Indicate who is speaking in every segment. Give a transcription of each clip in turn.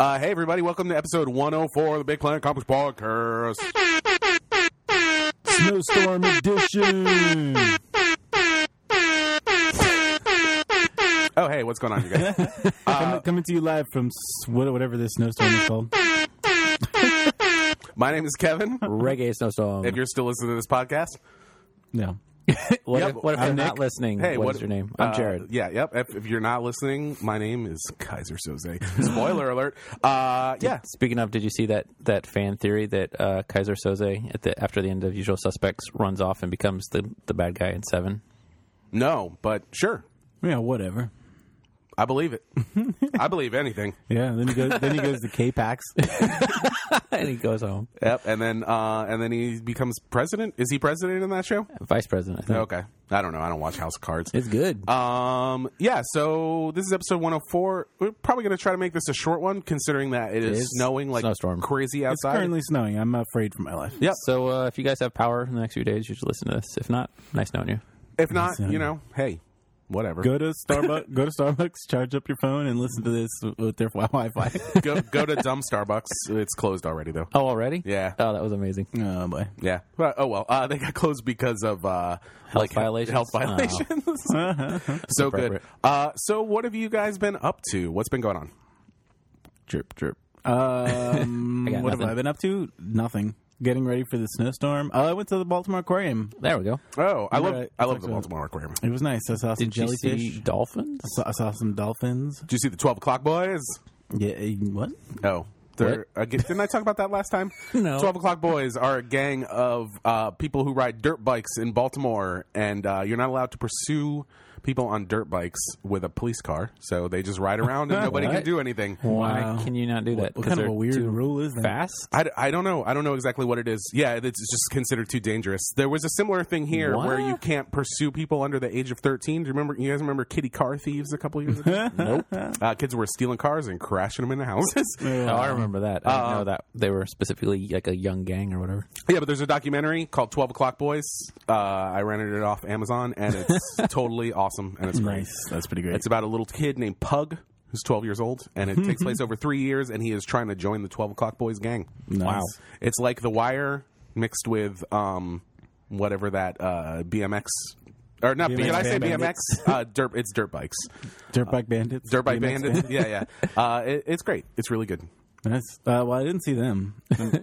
Speaker 1: Uh, hey, everybody, welcome to episode 104 of the Big Planet Comics Podcast.
Speaker 2: Snowstorm Edition.
Speaker 3: Uh,
Speaker 1: Oh, hey, what's going on, you guys?
Speaker 2: coming, coming to you live from s- what- whatever this snowstorm is called.
Speaker 1: My name is Kevin.
Speaker 3: Reggae snowstorm.
Speaker 1: If you're still listening to this podcast,
Speaker 2: No.
Speaker 3: what,
Speaker 1: Yep,
Speaker 3: if, what if
Speaker 1: I'm
Speaker 3: I'm
Speaker 1: Nick.
Speaker 3: not listening?
Speaker 1: hey,
Speaker 3: what is your name? I'm
Speaker 1: uh,
Speaker 3: Jared.
Speaker 1: yeah, yep. If, if you're not listening, my name is Kaiser Soze. Spoiler alert. Uh, yeah.
Speaker 3: Speaking of, did you see that that fan theory that uh, Kaiser Soze at the after the end of Usual Suspects runs off and becomes the the bad guy in Seven?
Speaker 1: No, but sure.
Speaker 2: Yeah, whatever.
Speaker 1: I believe it. I believe anything.
Speaker 2: Yeah, then he goes. Then he goes to K-Pax.
Speaker 3: and he goes home,
Speaker 1: Yep. And then, uh, and then he becomes president. Is he president in that show?
Speaker 3: vice president. I think. Uh,
Speaker 1: Okay. I don't know. I don't watch House of Cards.
Speaker 3: It's good.
Speaker 1: Um. Yeah. So this is episode 104. We're probably going to try to make this a short one, considering that it is,
Speaker 3: is
Speaker 1: snowing like
Speaker 3: snowstorm.
Speaker 1: crazy
Speaker 2: It's
Speaker 1: outside.
Speaker 2: currently snowing. I'm afraid for my life.
Speaker 1: yep.
Speaker 3: So uh, if you guys have power in the next few days, you should listen to this. If not, nice knowing you.
Speaker 1: If not,
Speaker 2: It's, uh,
Speaker 1: you know, hey, whatever.
Speaker 2: Go to Starbucks. go to Starbucks. Charge up your phone and listen to this with their Wi-Fi.
Speaker 1: go go to dumb Starbucks. It's closed already, though.
Speaker 3: Oh, already?
Speaker 1: Yeah.
Speaker 3: Oh, that was amazing.
Speaker 2: oh boy.
Speaker 1: Yeah. Well, oh well. Uh, they got closed because of uh, like
Speaker 3: violations?
Speaker 1: Health
Speaker 3: Oh.
Speaker 1: violations. so good.
Speaker 3: Appropriate.
Speaker 1: Uh, so what have you guys been up to? What's been going on?
Speaker 2: Drip drip. Um,
Speaker 3: I got
Speaker 2: what
Speaker 3: nothing.
Speaker 2: have I been up to? Nothing. Getting ready for the snowstorm. Oh, I went to the Baltimore Aquarium.
Speaker 3: There we go.
Speaker 1: Oh, I love
Speaker 2: Right.
Speaker 1: I love the
Speaker 2: Talk about-
Speaker 1: Baltimore Aquarium.
Speaker 2: It was nice. I saw some
Speaker 3: Did you
Speaker 2: jellyfish.
Speaker 3: see dolphins?
Speaker 2: I saw- I saw some dolphins.
Speaker 1: Did you see the twelve o'clock boys?
Speaker 2: Yeah. eh, What?
Speaker 1: Oh. They're, a g- didn't I talk about that last time?
Speaker 3: No.
Speaker 1: 12 o'clock boys are a gang of uh, people who ride dirt bikes in Baltimore, and uh, you're not allowed to pursue people on dirt bikes with a police car. So they just ride around and nobody can
Speaker 3: What?
Speaker 1: do anything.
Speaker 3: Why can you not do
Speaker 2: What
Speaker 3: that? 'Cause
Speaker 2: kind of
Speaker 3: they're
Speaker 2: a weird
Speaker 3: too
Speaker 2: rule is that?
Speaker 3: Fast.
Speaker 1: I, d- I don't know. I don't know exactly what it is. Yeah, it's just considered too dangerous. There was a similar thing here
Speaker 3: What?
Speaker 1: where you can't pursue people under the age of 13. Do you remember? You guys remember kitty car thieves a couple years ago?
Speaker 3: Nope.
Speaker 1: uh, kids were stealing cars and crashing them into houses.
Speaker 3: Oh, I remember that. I didn't know that they were specifically like a young gang or whatever.
Speaker 1: Yeah, but there's a documentary called 12 O'Clock Boys. Uh, I rented it off Amazon, and it's totally awesome, and it's great.
Speaker 2: Nice. That's pretty great.
Speaker 1: It's about a little kid named Pug, who's 12 years old, and it takes place over three years, and he is trying to join the 12 O'Clock Boys gang.
Speaker 2: Wow.
Speaker 1: It's like The Wire mixed with um, whatever that uh, BMX. Or not?
Speaker 2: BMX
Speaker 1: did I say BMX?
Speaker 2: bandits.
Speaker 1: Uh, dirt. It's dirt bikes.
Speaker 2: Dirt bike bandits.
Speaker 1: Dirt bike
Speaker 2: BMX
Speaker 1: bandits. Yeah, yeah. Uh, it, it's great. It's really good.
Speaker 2: Nice. Uh, well, I didn't see them.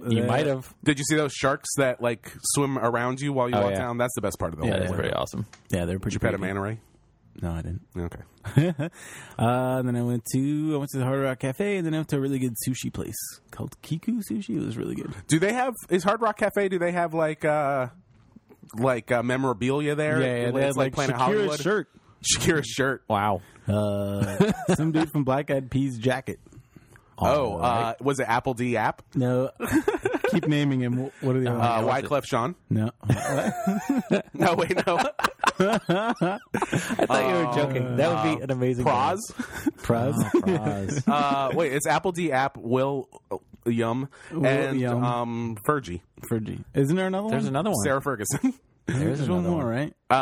Speaker 3: You might have.
Speaker 1: Did you see those sharks that like swim around you while you
Speaker 3: Oh,
Speaker 1: walk
Speaker 3: yeah.
Speaker 1: down? That's the best part of the
Speaker 3: Yeah,
Speaker 1: whole
Speaker 3: that's
Speaker 1: thing.
Speaker 3: pretty awesome.
Speaker 2: Yeah, they're pretty.
Speaker 1: You pet a
Speaker 2: creepy.
Speaker 1: manta ray?
Speaker 2: No, I didn't.
Speaker 1: Okay.
Speaker 2: Uh, and then I went to I went to the Hard Rock Cafe, and then I went to a really good sushi place called Kiku Sushi. It was really good.
Speaker 1: Do they have is Hard Rock Cafe? Do they have like uh like uh, memorabilia there? it's
Speaker 2: they had,
Speaker 1: like, Planet
Speaker 2: Shakira's
Speaker 1: Hollywood.
Speaker 2: shirt.
Speaker 1: Shakira's shirt.
Speaker 3: Wow.
Speaker 2: Uh, some dude from Black Eyed Peas jacket.
Speaker 1: Oh,
Speaker 3: Alright.
Speaker 1: uh, was it Apple D app?
Speaker 2: No, keep naming him. Wh- What are the other
Speaker 1: Uh,
Speaker 2: ones?
Speaker 1: Wyclef Sean?
Speaker 2: No,
Speaker 1: No, wait, no.
Speaker 3: I thought you were joking. That would be an amazing. Uh-huh.
Speaker 1: Proz.
Speaker 2: Uh, Praz.
Speaker 1: Uh, wait, it's Apple D app. Will uh, Yum and
Speaker 2: Yum.
Speaker 1: um Fergie,
Speaker 2: Fergie. Isn't there another
Speaker 3: There's
Speaker 2: one?
Speaker 3: another one.
Speaker 1: Sarah Ferguson.
Speaker 3: There's
Speaker 2: There's
Speaker 3: another
Speaker 2: one
Speaker 3: one.
Speaker 2: more, right?
Speaker 1: Uh,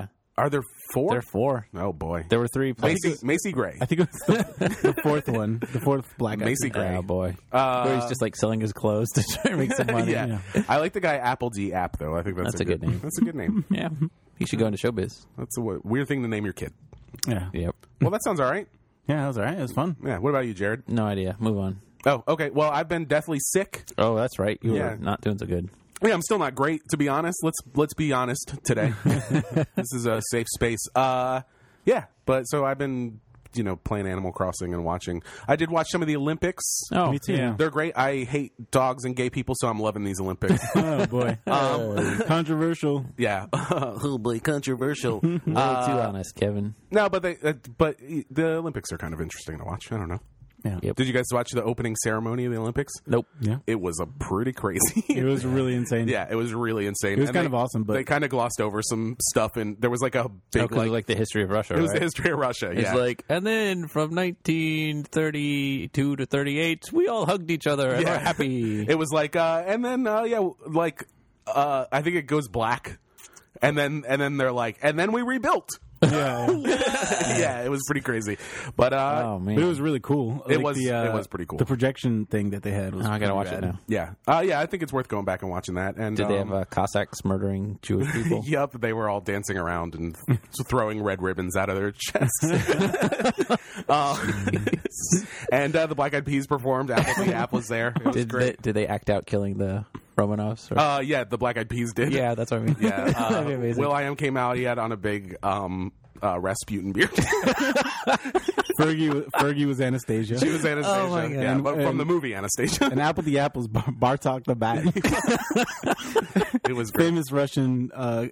Speaker 3: Yeah.
Speaker 1: Are there four?
Speaker 3: There are four.
Speaker 1: oh boy,
Speaker 3: There were three places.
Speaker 1: Macy Macy Gray.
Speaker 2: I think it was the, the fourth one, the fourth Black Eyed
Speaker 1: Macy
Speaker 2: Peas.
Speaker 1: Gray.
Speaker 3: Oh boy.
Speaker 1: Uh,
Speaker 3: Where he's just like selling his clothes to try to make some money.
Speaker 1: yeah. I like the guy Apple D app though. I think that's,
Speaker 3: That's a good name.
Speaker 1: That's a good name.
Speaker 3: Yeah. He should go into showbiz.
Speaker 1: That's a w- weird thing to name your kid.
Speaker 2: Yeah,
Speaker 3: Yep.
Speaker 1: Well, that sounds all right.
Speaker 2: yeah, that was all right. It was fun.
Speaker 1: Yeah. What about you, Jared?
Speaker 3: No idea. Move on.
Speaker 1: Oh, okay. Well, I've been deathly sick.
Speaker 3: Oh, that's right. You
Speaker 1: Yeah.
Speaker 3: were not doing so good.
Speaker 1: Yeah, I'm still not great, to be honest. Let's let's be honest today. this is a safe space. Uh, yeah. But so I've been, you know, playing Animal Crossing and watching. I did watch some of the Olympics.
Speaker 3: Oh,
Speaker 2: Me too.
Speaker 3: yeah.
Speaker 1: They're great. I hate dogs and gay people, so I'm loving these Olympics.
Speaker 2: Oh boy,
Speaker 1: Um,
Speaker 2: controversial.
Speaker 1: yeah, oh boy, controversial.
Speaker 3: A little too honest, Kevin.
Speaker 1: no, but they, uh, but the Olympics are kind of interesting to watch. I don't know.
Speaker 2: Yeah,
Speaker 3: Yep.
Speaker 1: Did you guys watch the opening ceremony of the Olympics?
Speaker 3: Nope.
Speaker 2: yeah.
Speaker 1: It was a pretty crazy.
Speaker 2: It was really insane.
Speaker 1: Yeah, it was really insane. It
Speaker 2: was kind of awesome, but-
Speaker 1: they kind of glossed over some stuff, and there was like a big
Speaker 3: Oh, 'cause
Speaker 1: like,
Speaker 3: like, like the history of Russia.
Speaker 1: it was
Speaker 3: right?
Speaker 1: the history of Russia.
Speaker 3: It's
Speaker 1: Yeah,
Speaker 3: like, and then from 1932 to 38, we all hugged each other and
Speaker 1: Yeah.
Speaker 3: were happy.
Speaker 1: it was like, uh, and then uh, yeah, like uh, I think it goes black, and then and then they're like, and then we rebuilt.
Speaker 2: Yeah. yeah.
Speaker 1: yeah, it was pretty crazy. But uh,
Speaker 3: Oh man,
Speaker 2: But it was really cool.
Speaker 1: It was- it was pretty cool. Uh-huh.
Speaker 2: The projection thing that they had was.
Speaker 3: Oh, I
Speaker 2: pretty
Speaker 3: gotta watch
Speaker 2: rad.
Speaker 3: it now.
Speaker 1: yeah, uh, yeah, I think it's worth going back and watching that. And
Speaker 3: Did they
Speaker 1: um,
Speaker 3: have uh, Cossacks murdering Jewish people?
Speaker 1: Yep, they were all dancing around and throwing red ribbons out of their chests. um, and uh, the Black Eyed Peas performed. Apple the App was there. It was
Speaker 3: Did
Speaker 1: great.
Speaker 3: they, did they act out killing the Romanovs? Or?
Speaker 1: uh, yeah, the Black Eyed Peas did.
Speaker 3: yeah, that's what I mean.
Speaker 1: yeah. Uh,
Speaker 3: That'd be amazing.
Speaker 1: Will I am came out. He had on a big um, uh, Rasputin beard.
Speaker 2: Fergie, was- Fergie was Anastasia.
Speaker 1: she was Anastasia.
Speaker 3: Oh, my God.
Speaker 1: Yeah, but from
Speaker 2: And-
Speaker 1: the movie Anastasia.
Speaker 2: and Apple the App was Bar- Bartok the Bat,
Speaker 1: it was great.
Speaker 2: famous Russian uh,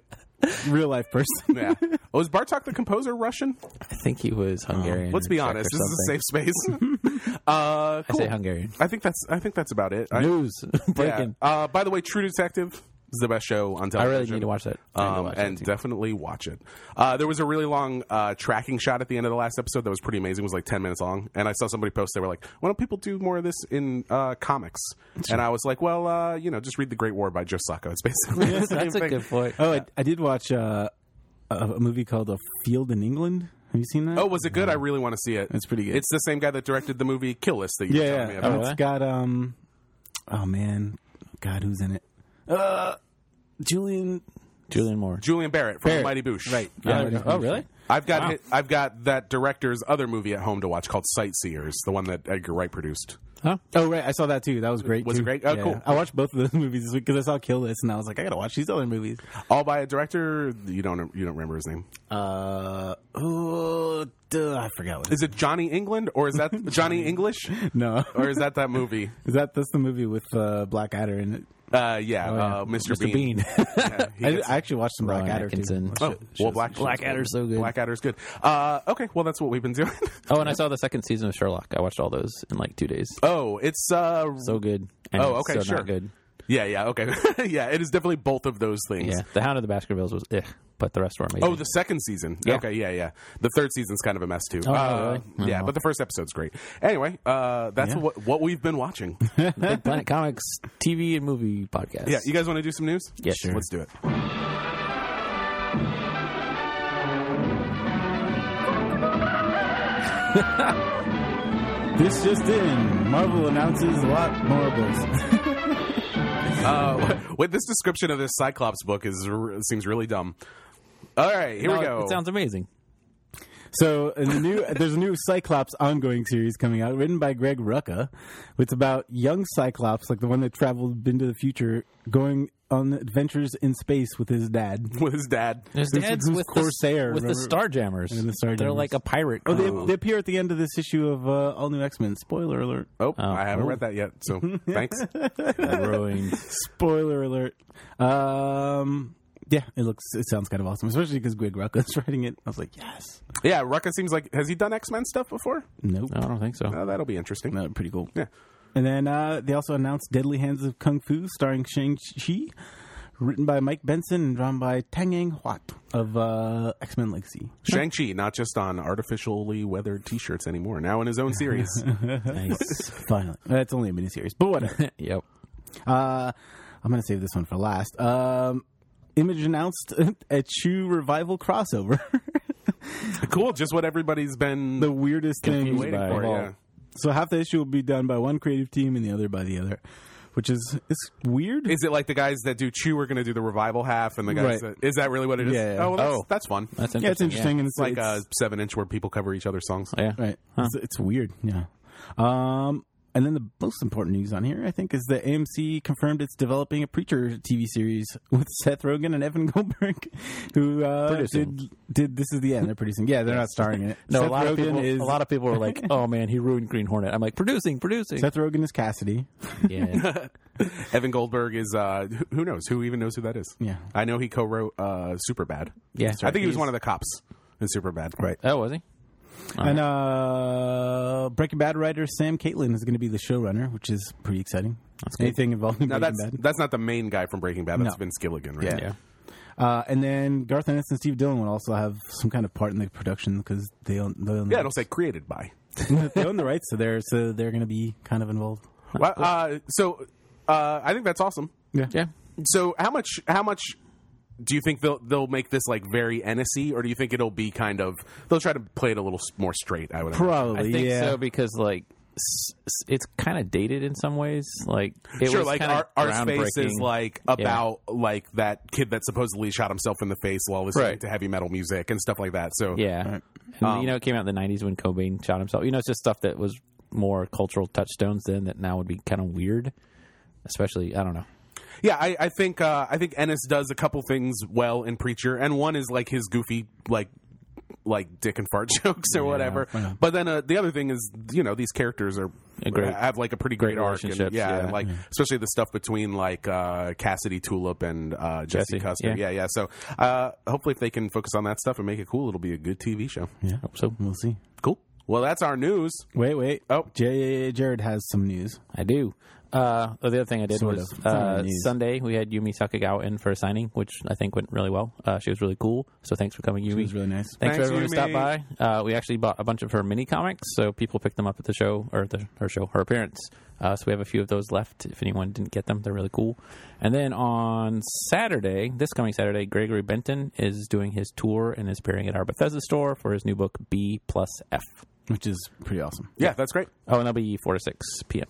Speaker 2: real life person.
Speaker 1: Yeah. Was Bartok the composer Russian?
Speaker 3: I think he was Hungarian.
Speaker 1: um, Let's be
Speaker 3: or Czech
Speaker 1: honest.
Speaker 3: or
Speaker 1: This is a
Speaker 3: something.
Speaker 1: safe space. uh,
Speaker 3: I
Speaker 1: cool.
Speaker 3: say Hungarian.
Speaker 1: I think that's I think that's about it. I-
Speaker 3: News breaking.
Speaker 1: Yeah. Uh, by the way, True Detective is the best show on
Speaker 3: I
Speaker 1: television.
Speaker 3: really need to watch that. I need to
Speaker 1: Um,
Speaker 3: watch that
Speaker 1: and
Speaker 3: too.
Speaker 1: definitely watch it. Uh, there was a really long uh, tracking shot at the end of the last episode that was pretty amazing. It was like 10 minutes long. And I saw somebody post, they were like, why don't people do more of this in uh, comics? And I was like, well, uh, you know, just read The Great War by Joe Sacco. It's basically the same
Speaker 3: that's a
Speaker 1: thing.
Speaker 3: good point.
Speaker 2: Oh, I, I did watch uh, a, a movie called A Field in England. Have you seen that?
Speaker 1: Oh, was it good? I really want to see it.
Speaker 2: It's pretty good.
Speaker 1: It's the same guy that directed the movie Kill List that you were
Speaker 2: yeah,
Speaker 1: telling me
Speaker 2: yeah.
Speaker 1: about.
Speaker 2: And it's
Speaker 3: yeah? Uh-huh.
Speaker 2: got um, oh man, God, who's in it? Uh, Julian.
Speaker 3: Julian Moore.
Speaker 1: Julian Barrett from
Speaker 2: Barrett.
Speaker 1: Mighty Boosh.
Speaker 2: Right.
Speaker 3: Oh,
Speaker 2: Yeah.
Speaker 3: oh, really?
Speaker 1: I've got hi- I've got that director's other movie at home to watch called Sightseers, the one that Edgar Wright produced.
Speaker 3: Huh?
Speaker 2: Oh right, I saw that too. That was great.
Speaker 1: Was it
Speaker 2: too.
Speaker 1: great? Oh,
Speaker 2: Yeah.
Speaker 1: cool.
Speaker 2: I watched both of those movies this week because I saw Kill List and I was like, I gotta watch these other movies.
Speaker 1: All by a director you don't you don't remember his name.
Speaker 2: Uh, oh, duh, I forgot what. It
Speaker 1: Is it Johnny England or is that Johnny English
Speaker 2: is. No,
Speaker 1: or is that that movie?
Speaker 2: is that that's the movie with uh, Black Adder in it?
Speaker 1: Uh, yeah,
Speaker 2: yeah.
Speaker 1: Uh, Mr.
Speaker 3: Mr.
Speaker 1: Bean.
Speaker 3: Bean.
Speaker 1: Yeah, he
Speaker 2: I,
Speaker 1: gets-
Speaker 2: I actually watched some Black
Speaker 3: Rowan
Speaker 2: Adder too.
Speaker 3: Atkinson.
Speaker 1: oh, well, Black
Speaker 3: Blackadder's so good.
Speaker 1: Blackadder's good. Uh, okay, well that's what we've been doing.
Speaker 3: Oh, and I saw the second season of Sherlock. I watched all those in like two days.
Speaker 1: oh, it's uh,
Speaker 3: So good. And
Speaker 1: Oh, okay,
Speaker 3: so
Speaker 1: sure.
Speaker 3: Not good.
Speaker 1: yeah, yeah, okay, yeah. It is definitely both of those things.
Speaker 3: Yeah, The Hound of the Baskervilles was, eh, but the rest were amazing.
Speaker 1: Oh, the second season. Okay, yeah, yeah. The third season's kind of a mess too.
Speaker 3: Oh,
Speaker 1: Uh,
Speaker 3: really?
Speaker 1: Yeah,
Speaker 3: Oh.
Speaker 1: but the first episode's great. Anyway, uh, that's what what we've been watching.
Speaker 3: Big Planet Comics TV and movie podcast.
Speaker 1: yeah, you guys want to do some news?
Speaker 3: Yeah, sure.
Speaker 1: Let's do it.
Speaker 2: This just in: Marvel announces a lot more books.
Speaker 1: Uh, wait, this description of this Cyclops book is r- seems really dumb. All right, here we
Speaker 3: No,
Speaker 1: go.
Speaker 3: It sounds amazing.
Speaker 2: So in the new, there's a new Cyclops ongoing series coming out, written by Greg Rucka. It's about young Cyclops, like the one that traveled into the future, going on adventures in space with his dad.
Speaker 1: with his dad.
Speaker 3: There's
Speaker 2: Who's-
Speaker 3: dads
Speaker 2: who's
Speaker 3: with
Speaker 2: Corsair,
Speaker 3: the, with the
Speaker 2: remember?
Speaker 3: Star Jammers.
Speaker 2: And the Starjammers.
Speaker 3: They're like a pirate.
Speaker 2: Oh, they,
Speaker 3: crew.
Speaker 2: they appear at the end of this issue of uh, All New X Men. Spoiler alert!
Speaker 1: Oh,
Speaker 3: Oh.
Speaker 1: I haven't
Speaker 3: Oh.
Speaker 1: read that yet, so thanks.
Speaker 3: That ruined.
Speaker 2: Spoiler alert! Um, yeah, it looks, it sounds kind of awesome, especially because Greg Rucka's writing it. I was like, yes,
Speaker 1: Yeah, Rucka seems like has he done X Men stuff before?
Speaker 2: nope,
Speaker 3: No, I don't think so.
Speaker 2: Uh,
Speaker 1: Oh, that'll be interesting.
Speaker 2: no, pretty cool.
Speaker 1: Yeah.
Speaker 2: And then uh, they also announced Deadly Hands of Kung Fu, starring Shang Chi, written by Mike Benson and drawn by Tang Ang Huat of uh, X Men Legacy.
Speaker 1: Shang Chi not just on artificially weathered T-shirts anymore. Now in his own series.
Speaker 2: Uh-huh.
Speaker 3: nice.
Speaker 2: Finally, that's only a miniseries, but whatever.
Speaker 3: yep.
Speaker 2: Uh, I'm going to save this one for last. Um, Image announced a Chew revival crossover.
Speaker 1: cool, just what everybody's been
Speaker 2: the weirdest thing.
Speaker 1: waiting
Speaker 3: by
Speaker 1: for.
Speaker 3: all.
Speaker 1: Yeah.
Speaker 2: So half the issue will be done by one creative team and the other by the other, which is it's weird.
Speaker 1: Is it like the guys that do Chew are going to do the revival half, and the guys
Speaker 2: Right.
Speaker 1: that is that really what it is?
Speaker 2: Yeah, yeah.
Speaker 1: Oh, well, that's,
Speaker 3: Oh.
Speaker 1: that's fun.
Speaker 3: That's interesting.
Speaker 2: yeah, uh, it's interesting and
Speaker 1: It's
Speaker 2: it's
Speaker 1: like
Speaker 2: it's,
Speaker 1: a seven inch where people cover each other's songs.
Speaker 3: Yeah.
Speaker 2: Right.
Speaker 3: Huh.
Speaker 2: It's, it's weird. Yeah. Um, and then the most important news on here, I think, is that AMC confirmed it's developing a Preacher TV series with Seth Rogen and Evan Goldberg, who uh,
Speaker 3: Producing.
Speaker 2: did did This Is the End. They're producing. Yeah, they're not starring in it.
Speaker 3: No,
Speaker 2: Seth
Speaker 3: a lot
Speaker 2: Rogen
Speaker 3: of people.
Speaker 2: is
Speaker 3: A lot of people were like, "Oh man, he ruined Green Hornet." I'm like, "Producing, producing."
Speaker 2: Seth Rogen is Cassidy.
Speaker 3: yeah.
Speaker 1: Evan Goldberg is uh, who- who knows? Who even knows who that is?
Speaker 2: Yeah.
Speaker 1: I know he co-wrote uh, Superbad.
Speaker 3: Yeah.
Speaker 1: I think he was one of the cops in Superbad. Right.
Speaker 3: Oh, was he?
Speaker 2: And uh, Breaking Bad writer Sam Caitlin is going to be the showrunner, which is pretty exciting.
Speaker 3: cool.
Speaker 2: Anything involving
Speaker 1: Now
Speaker 2: Breaking
Speaker 1: that's
Speaker 2: Bad.
Speaker 1: that's not the main guy from Breaking Bad. That's
Speaker 2: No.
Speaker 1: Vince Gilligan. Right?
Speaker 2: Yeah. Uh, and then Garth Ennis and Steve Dillon will also have some kind of part in the production because they own, they own the
Speaker 1: Yeah. It'll say created by.
Speaker 2: they own the rights to there, so they're going to be kind of involved.
Speaker 1: Well, uh, so uh, I think that's awesome.
Speaker 3: Yeah.
Speaker 1: So how much? How much? do you think they'll they'll make this like very Ennis-y, or do you think it'll be kind of they'll try to play it a little s- more straight? I would imagine.
Speaker 2: Probably,
Speaker 3: I think
Speaker 2: yeah.
Speaker 3: so because like s- s- it's kind of dated in some ways. Like it
Speaker 1: sure,
Speaker 3: was
Speaker 1: like
Speaker 3: kinda
Speaker 1: our, our space is
Speaker 3: groundbreaking.
Speaker 1: like about like that kid that supposedly shot himself in the face while listening
Speaker 3: Right.
Speaker 1: to heavy metal music and stuff like that. So
Speaker 3: yeah. And,
Speaker 2: Um,
Speaker 3: you know, it came out in the '90s when Cobain shot himself. You know, it's just stuff that was more cultural touchstones then that now would be kind of weird. Especially, I don't know.
Speaker 1: Yeah, I, I think uh, I think Ennis does a couple things well in Preacher, and one is like his goofy like like dick and fart jokes or whatever. But then uh, the other thing is you know these characters are uh,
Speaker 3: A great-
Speaker 1: have like a pretty great,
Speaker 3: great
Speaker 1: arc, and, yeah,
Speaker 3: relationships, yeah.
Speaker 1: and, like especially the stuff between like uh, Cassidy Tulip and uh, Jesse,
Speaker 3: Jesse,
Speaker 1: Custer. Yeah,
Speaker 3: yeah.
Speaker 1: yeah. So uh, hopefully, if they can focus on that stuff and make it cool, it'll be a good TV show.
Speaker 2: Yeah.
Speaker 3: Hope so.
Speaker 2: We'll see.
Speaker 1: Cool. Well, that's our news.
Speaker 2: Wait, wait.
Speaker 1: Oh.
Speaker 2: J- Jared has some news.
Speaker 3: I do. Uh, oh, the other thing I did
Speaker 2: Sort
Speaker 3: was
Speaker 2: of. It's not
Speaker 3: uh,
Speaker 2: really news.
Speaker 3: Sunday we had Yumi Sakagawa in for a signing, which I think went really well. Uh, she was really cool, so thanks for coming, Yumi.
Speaker 2: It was really nice.
Speaker 1: Thanks,
Speaker 3: Thanks, for everyone who
Speaker 1: Yumi.
Speaker 3: stopped by. Uh, we actually bought a bunch of her mini comics, so people picked them up at the show or the, her show, her appearance. Uh, so we have a few of those left. If anyone didn't get them, they're really cool. And then on Saturday, this coming Saturday, Gregory Benton is doing his tour and is appearing at our Bethesda store for his new book B plus F.
Speaker 2: Which is pretty awesome.
Speaker 1: Yeah, that's great.
Speaker 3: Oh, and that'll be four to six p.m.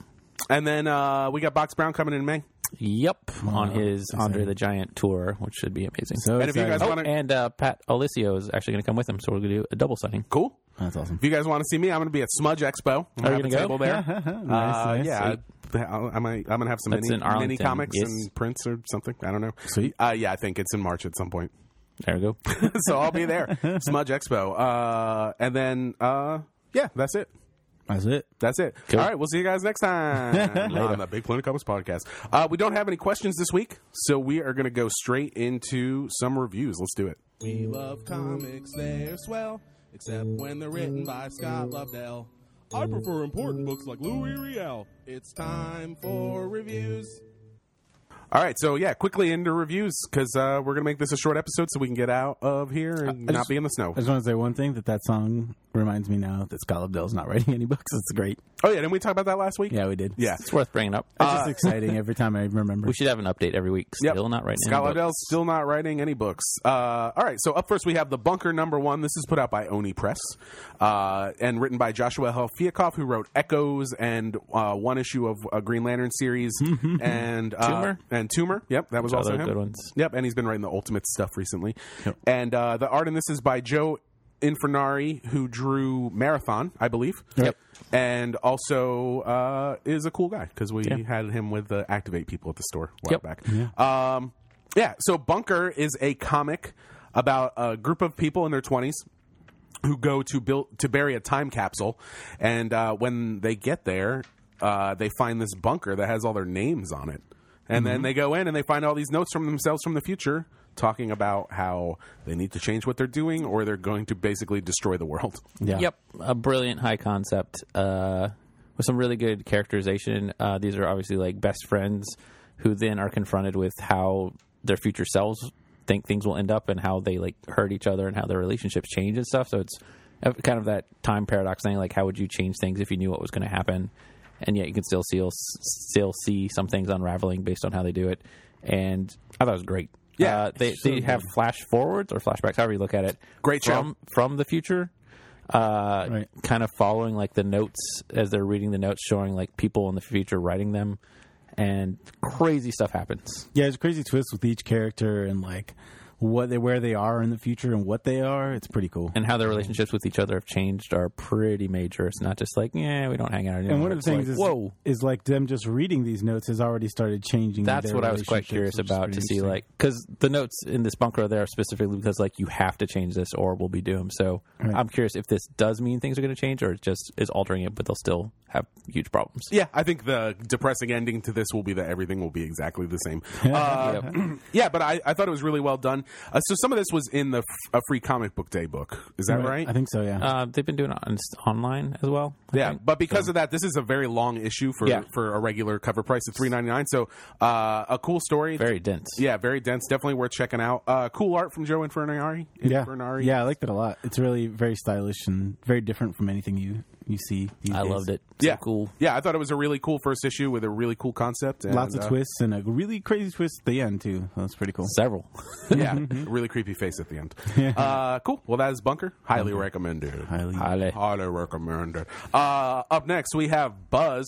Speaker 1: And then uh, we got Box Brown coming in May.
Speaker 3: Yep, on his
Speaker 2: exciting.
Speaker 3: Andre the Giant tour, which should be amazing.
Speaker 2: So
Speaker 1: And if you
Speaker 2: excited.
Speaker 1: guys
Speaker 3: oh,
Speaker 1: want to,
Speaker 3: and uh, Pat Alessio is actually going to come with him, so we're going to do a double signing.
Speaker 1: cool.
Speaker 2: That's awesome.
Speaker 1: If you guys want to see me, I'm going to be at Smudge Expo. I'm gonna
Speaker 3: Are you
Speaker 1: have a
Speaker 3: gonna go?
Speaker 1: table there.
Speaker 2: Nice,
Speaker 1: Uh,
Speaker 2: nice.
Speaker 1: yeah, I, I might, I'm gonna have some
Speaker 3: That's
Speaker 1: mini,
Speaker 3: in Arlington,
Speaker 1: mini comics
Speaker 3: yes.
Speaker 1: and prints or something. I don't know.
Speaker 2: Sweet.
Speaker 1: Uh, yeah, I think it's in March at some point,
Speaker 3: There we go.
Speaker 1: so I'll be there. Smudge Expo, uh, and then uh, yeah, that's it.
Speaker 2: That's it.
Speaker 1: That's it. All right, we'll see you guys next time on the Big Planet Comics podcast. Uh, we don't have any questions this week, so we are going to go straight into some reviews. Let's do it.
Speaker 4: We love comics, they're swell, except when they're written by Scott Lobdell. I prefer important books like Louis Riel. It's time for reviews.
Speaker 1: All right, so yeah, quickly into reviews because uh, we're going to make this a short episode so we can get out of here and
Speaker 2: I
Speaker 1: not
Speaker 2: just-
Speaker 1: be in the snow.
Speaker 2: I just want to say one thing that that song reminds me now that Scott Lobdell's not writing any books. It's great.
Speaker 1: Oh yeah, didn't we talk about that last week?
Speaker 2: Yeah, we did.
Speaker 1: Yeah.
Speaker 3: It's worth bringing up.
Speaker 2: It's just exciting every time I remember.
Speaker 3: We should have an update every week.
Speaker 1: Yep.
Speaker 3: Still not right now.
Speaker 1: Scott Lobdell's still not writing any books. Uh, all right, so up first we have The Bunker Number One. This is put out by Oni Press uh, and written by Joshua Helfiakov, who wrote Echoes and uh, one issue of a Green Lantern series and uh,
Speaker 3: Tumor?
Speaker 1: and Tumor. Yep, that was
Speaker 3: Which are
Speaker 1: also
Speaker 3: the
Speaker 1: him.
Speaker 3: good ones.
Speaker 1: Yep, and he's been writing the Ultimate stuff recently. And uh, the art in this is by Joe Infernari, who drew Marathon, I believe.
Speaker 3: Yep.
Speaker 1: And also uh, is a cool guy because we had him with the Activate people at the store a while
Speaker 3: Yep.
Speaker 1: back. Yeah. Um, yeah. So Bunker is a comic about a group of people in their twenties who go to build to bury a time capsule, and uh, when they get there, uh, they find this bunker that has all their names on it, and then they go in and they find all these notes from themselves from the future talking about how they need to change what they're doing or they're going to basically destroy the world.
Speaker 2: yeah.
Speaker 3: Yep, a brilliant high concept uh, with some really good characterization. Uh, these are obviously like best friends who then are confronted with how their future selves think things will end up and how they like hurt each other and how their relationships change and stuff. So it's uh, kind of that time paradox thing. Like, how would you change things if you knew what was going to happen? And yet you can still see still see some things unraveling based on how they do it. And I thought it was great.
Speaker 1: Yeah,
Speaker 3: uh, they they have flash forwards or flashbacks, however you look at it.
Speaker 1: Great show.
Speaker 3: from from the future uh,
Speaker 2: Right.
Speaker 3: kind of following like the notes as they're reading the notes, showing like people in the future writing them, and crazy stuff happens.
Speaker 2: Yeah, there's a crazy twist with each character and like what they where they are in the future and what they are. It's pretty cool.
Speaker 3: And how their relationships with each other have changed are pretty major. It's not just like yeah, we don't hang out anymore.
Speaker 2: And one of
Speaker 3: It's
Speaker 2: the things
Speaker 3: like,
Speaker 2: is
Speaker 3: whoa,
Speaker 2: is like them just reading these notes has already started changing.
Speaker 3: that's
Speaker 2: their
Speaker 3: what I was quite
Speaker 2: relationships,
Speaker 3: curious
Speaker 2: which is
Speaker 3: about
Speaker 2: pretty
Speaker 3: to see
Speaker 2: interesting.
Speaker 3: like because the notes in this bunker are there specifically because like you have to change this or we'll be doomed. So I'm curious if this does mean things are going to change or it just is altering it, but they'll still have huge problems.
Speaker 1: Yeah, I think the depressing ending to this will be that everything will be exactly the same. Uh, yeah, but I, I thought it was really well done. Uh, so some of this was in the f- a free comic book day book. Is that right?
Speaker 2: I think so. Yeah.
Speaker 3: Uh, they've been doing it on, online as well. I
Speaker 1: yeah,
Speaker 3: think.
Speaker 1: but because of that, this is a very long issue for
Speaker 3: Yeah.
Speaker 1: for a regular cover price of three ninety nine. So uh, a cool story.
Speaker 3: very dense.
Speaker 1: yeah, very dense. Definitely worth checking out. Uh, cool art from Joe Infernari.
Speaker 2: yeah.
Speaker 1: Infernari.
Speaker 2: Yeah, I liked it a lot. It's really very stylish and very different from anything you you see. these
Speaker 3: I
Speaker 2: days.
Speaker 3: loved it. So
Speaker 1: yeah,
Speaker 3: cool.
Speaker 1: Yeah, I thought it was a really cool first issue with a really cool concept. And,
Speaker 2: Lots of
Speaker 1: uh,
Speaker 2: twists and a really crazy twist at the end too. That was pretty cool.
Speaker 3: Several.
Speaker 1: yeah, really creepy face at the end. Uh, cool. Well, that is Bunker. Highly recommended.
Speaker 2: Highly
Speaker 3: Hale.
Speaker 1: Highly recommended. Uh, up next, we have Buzz.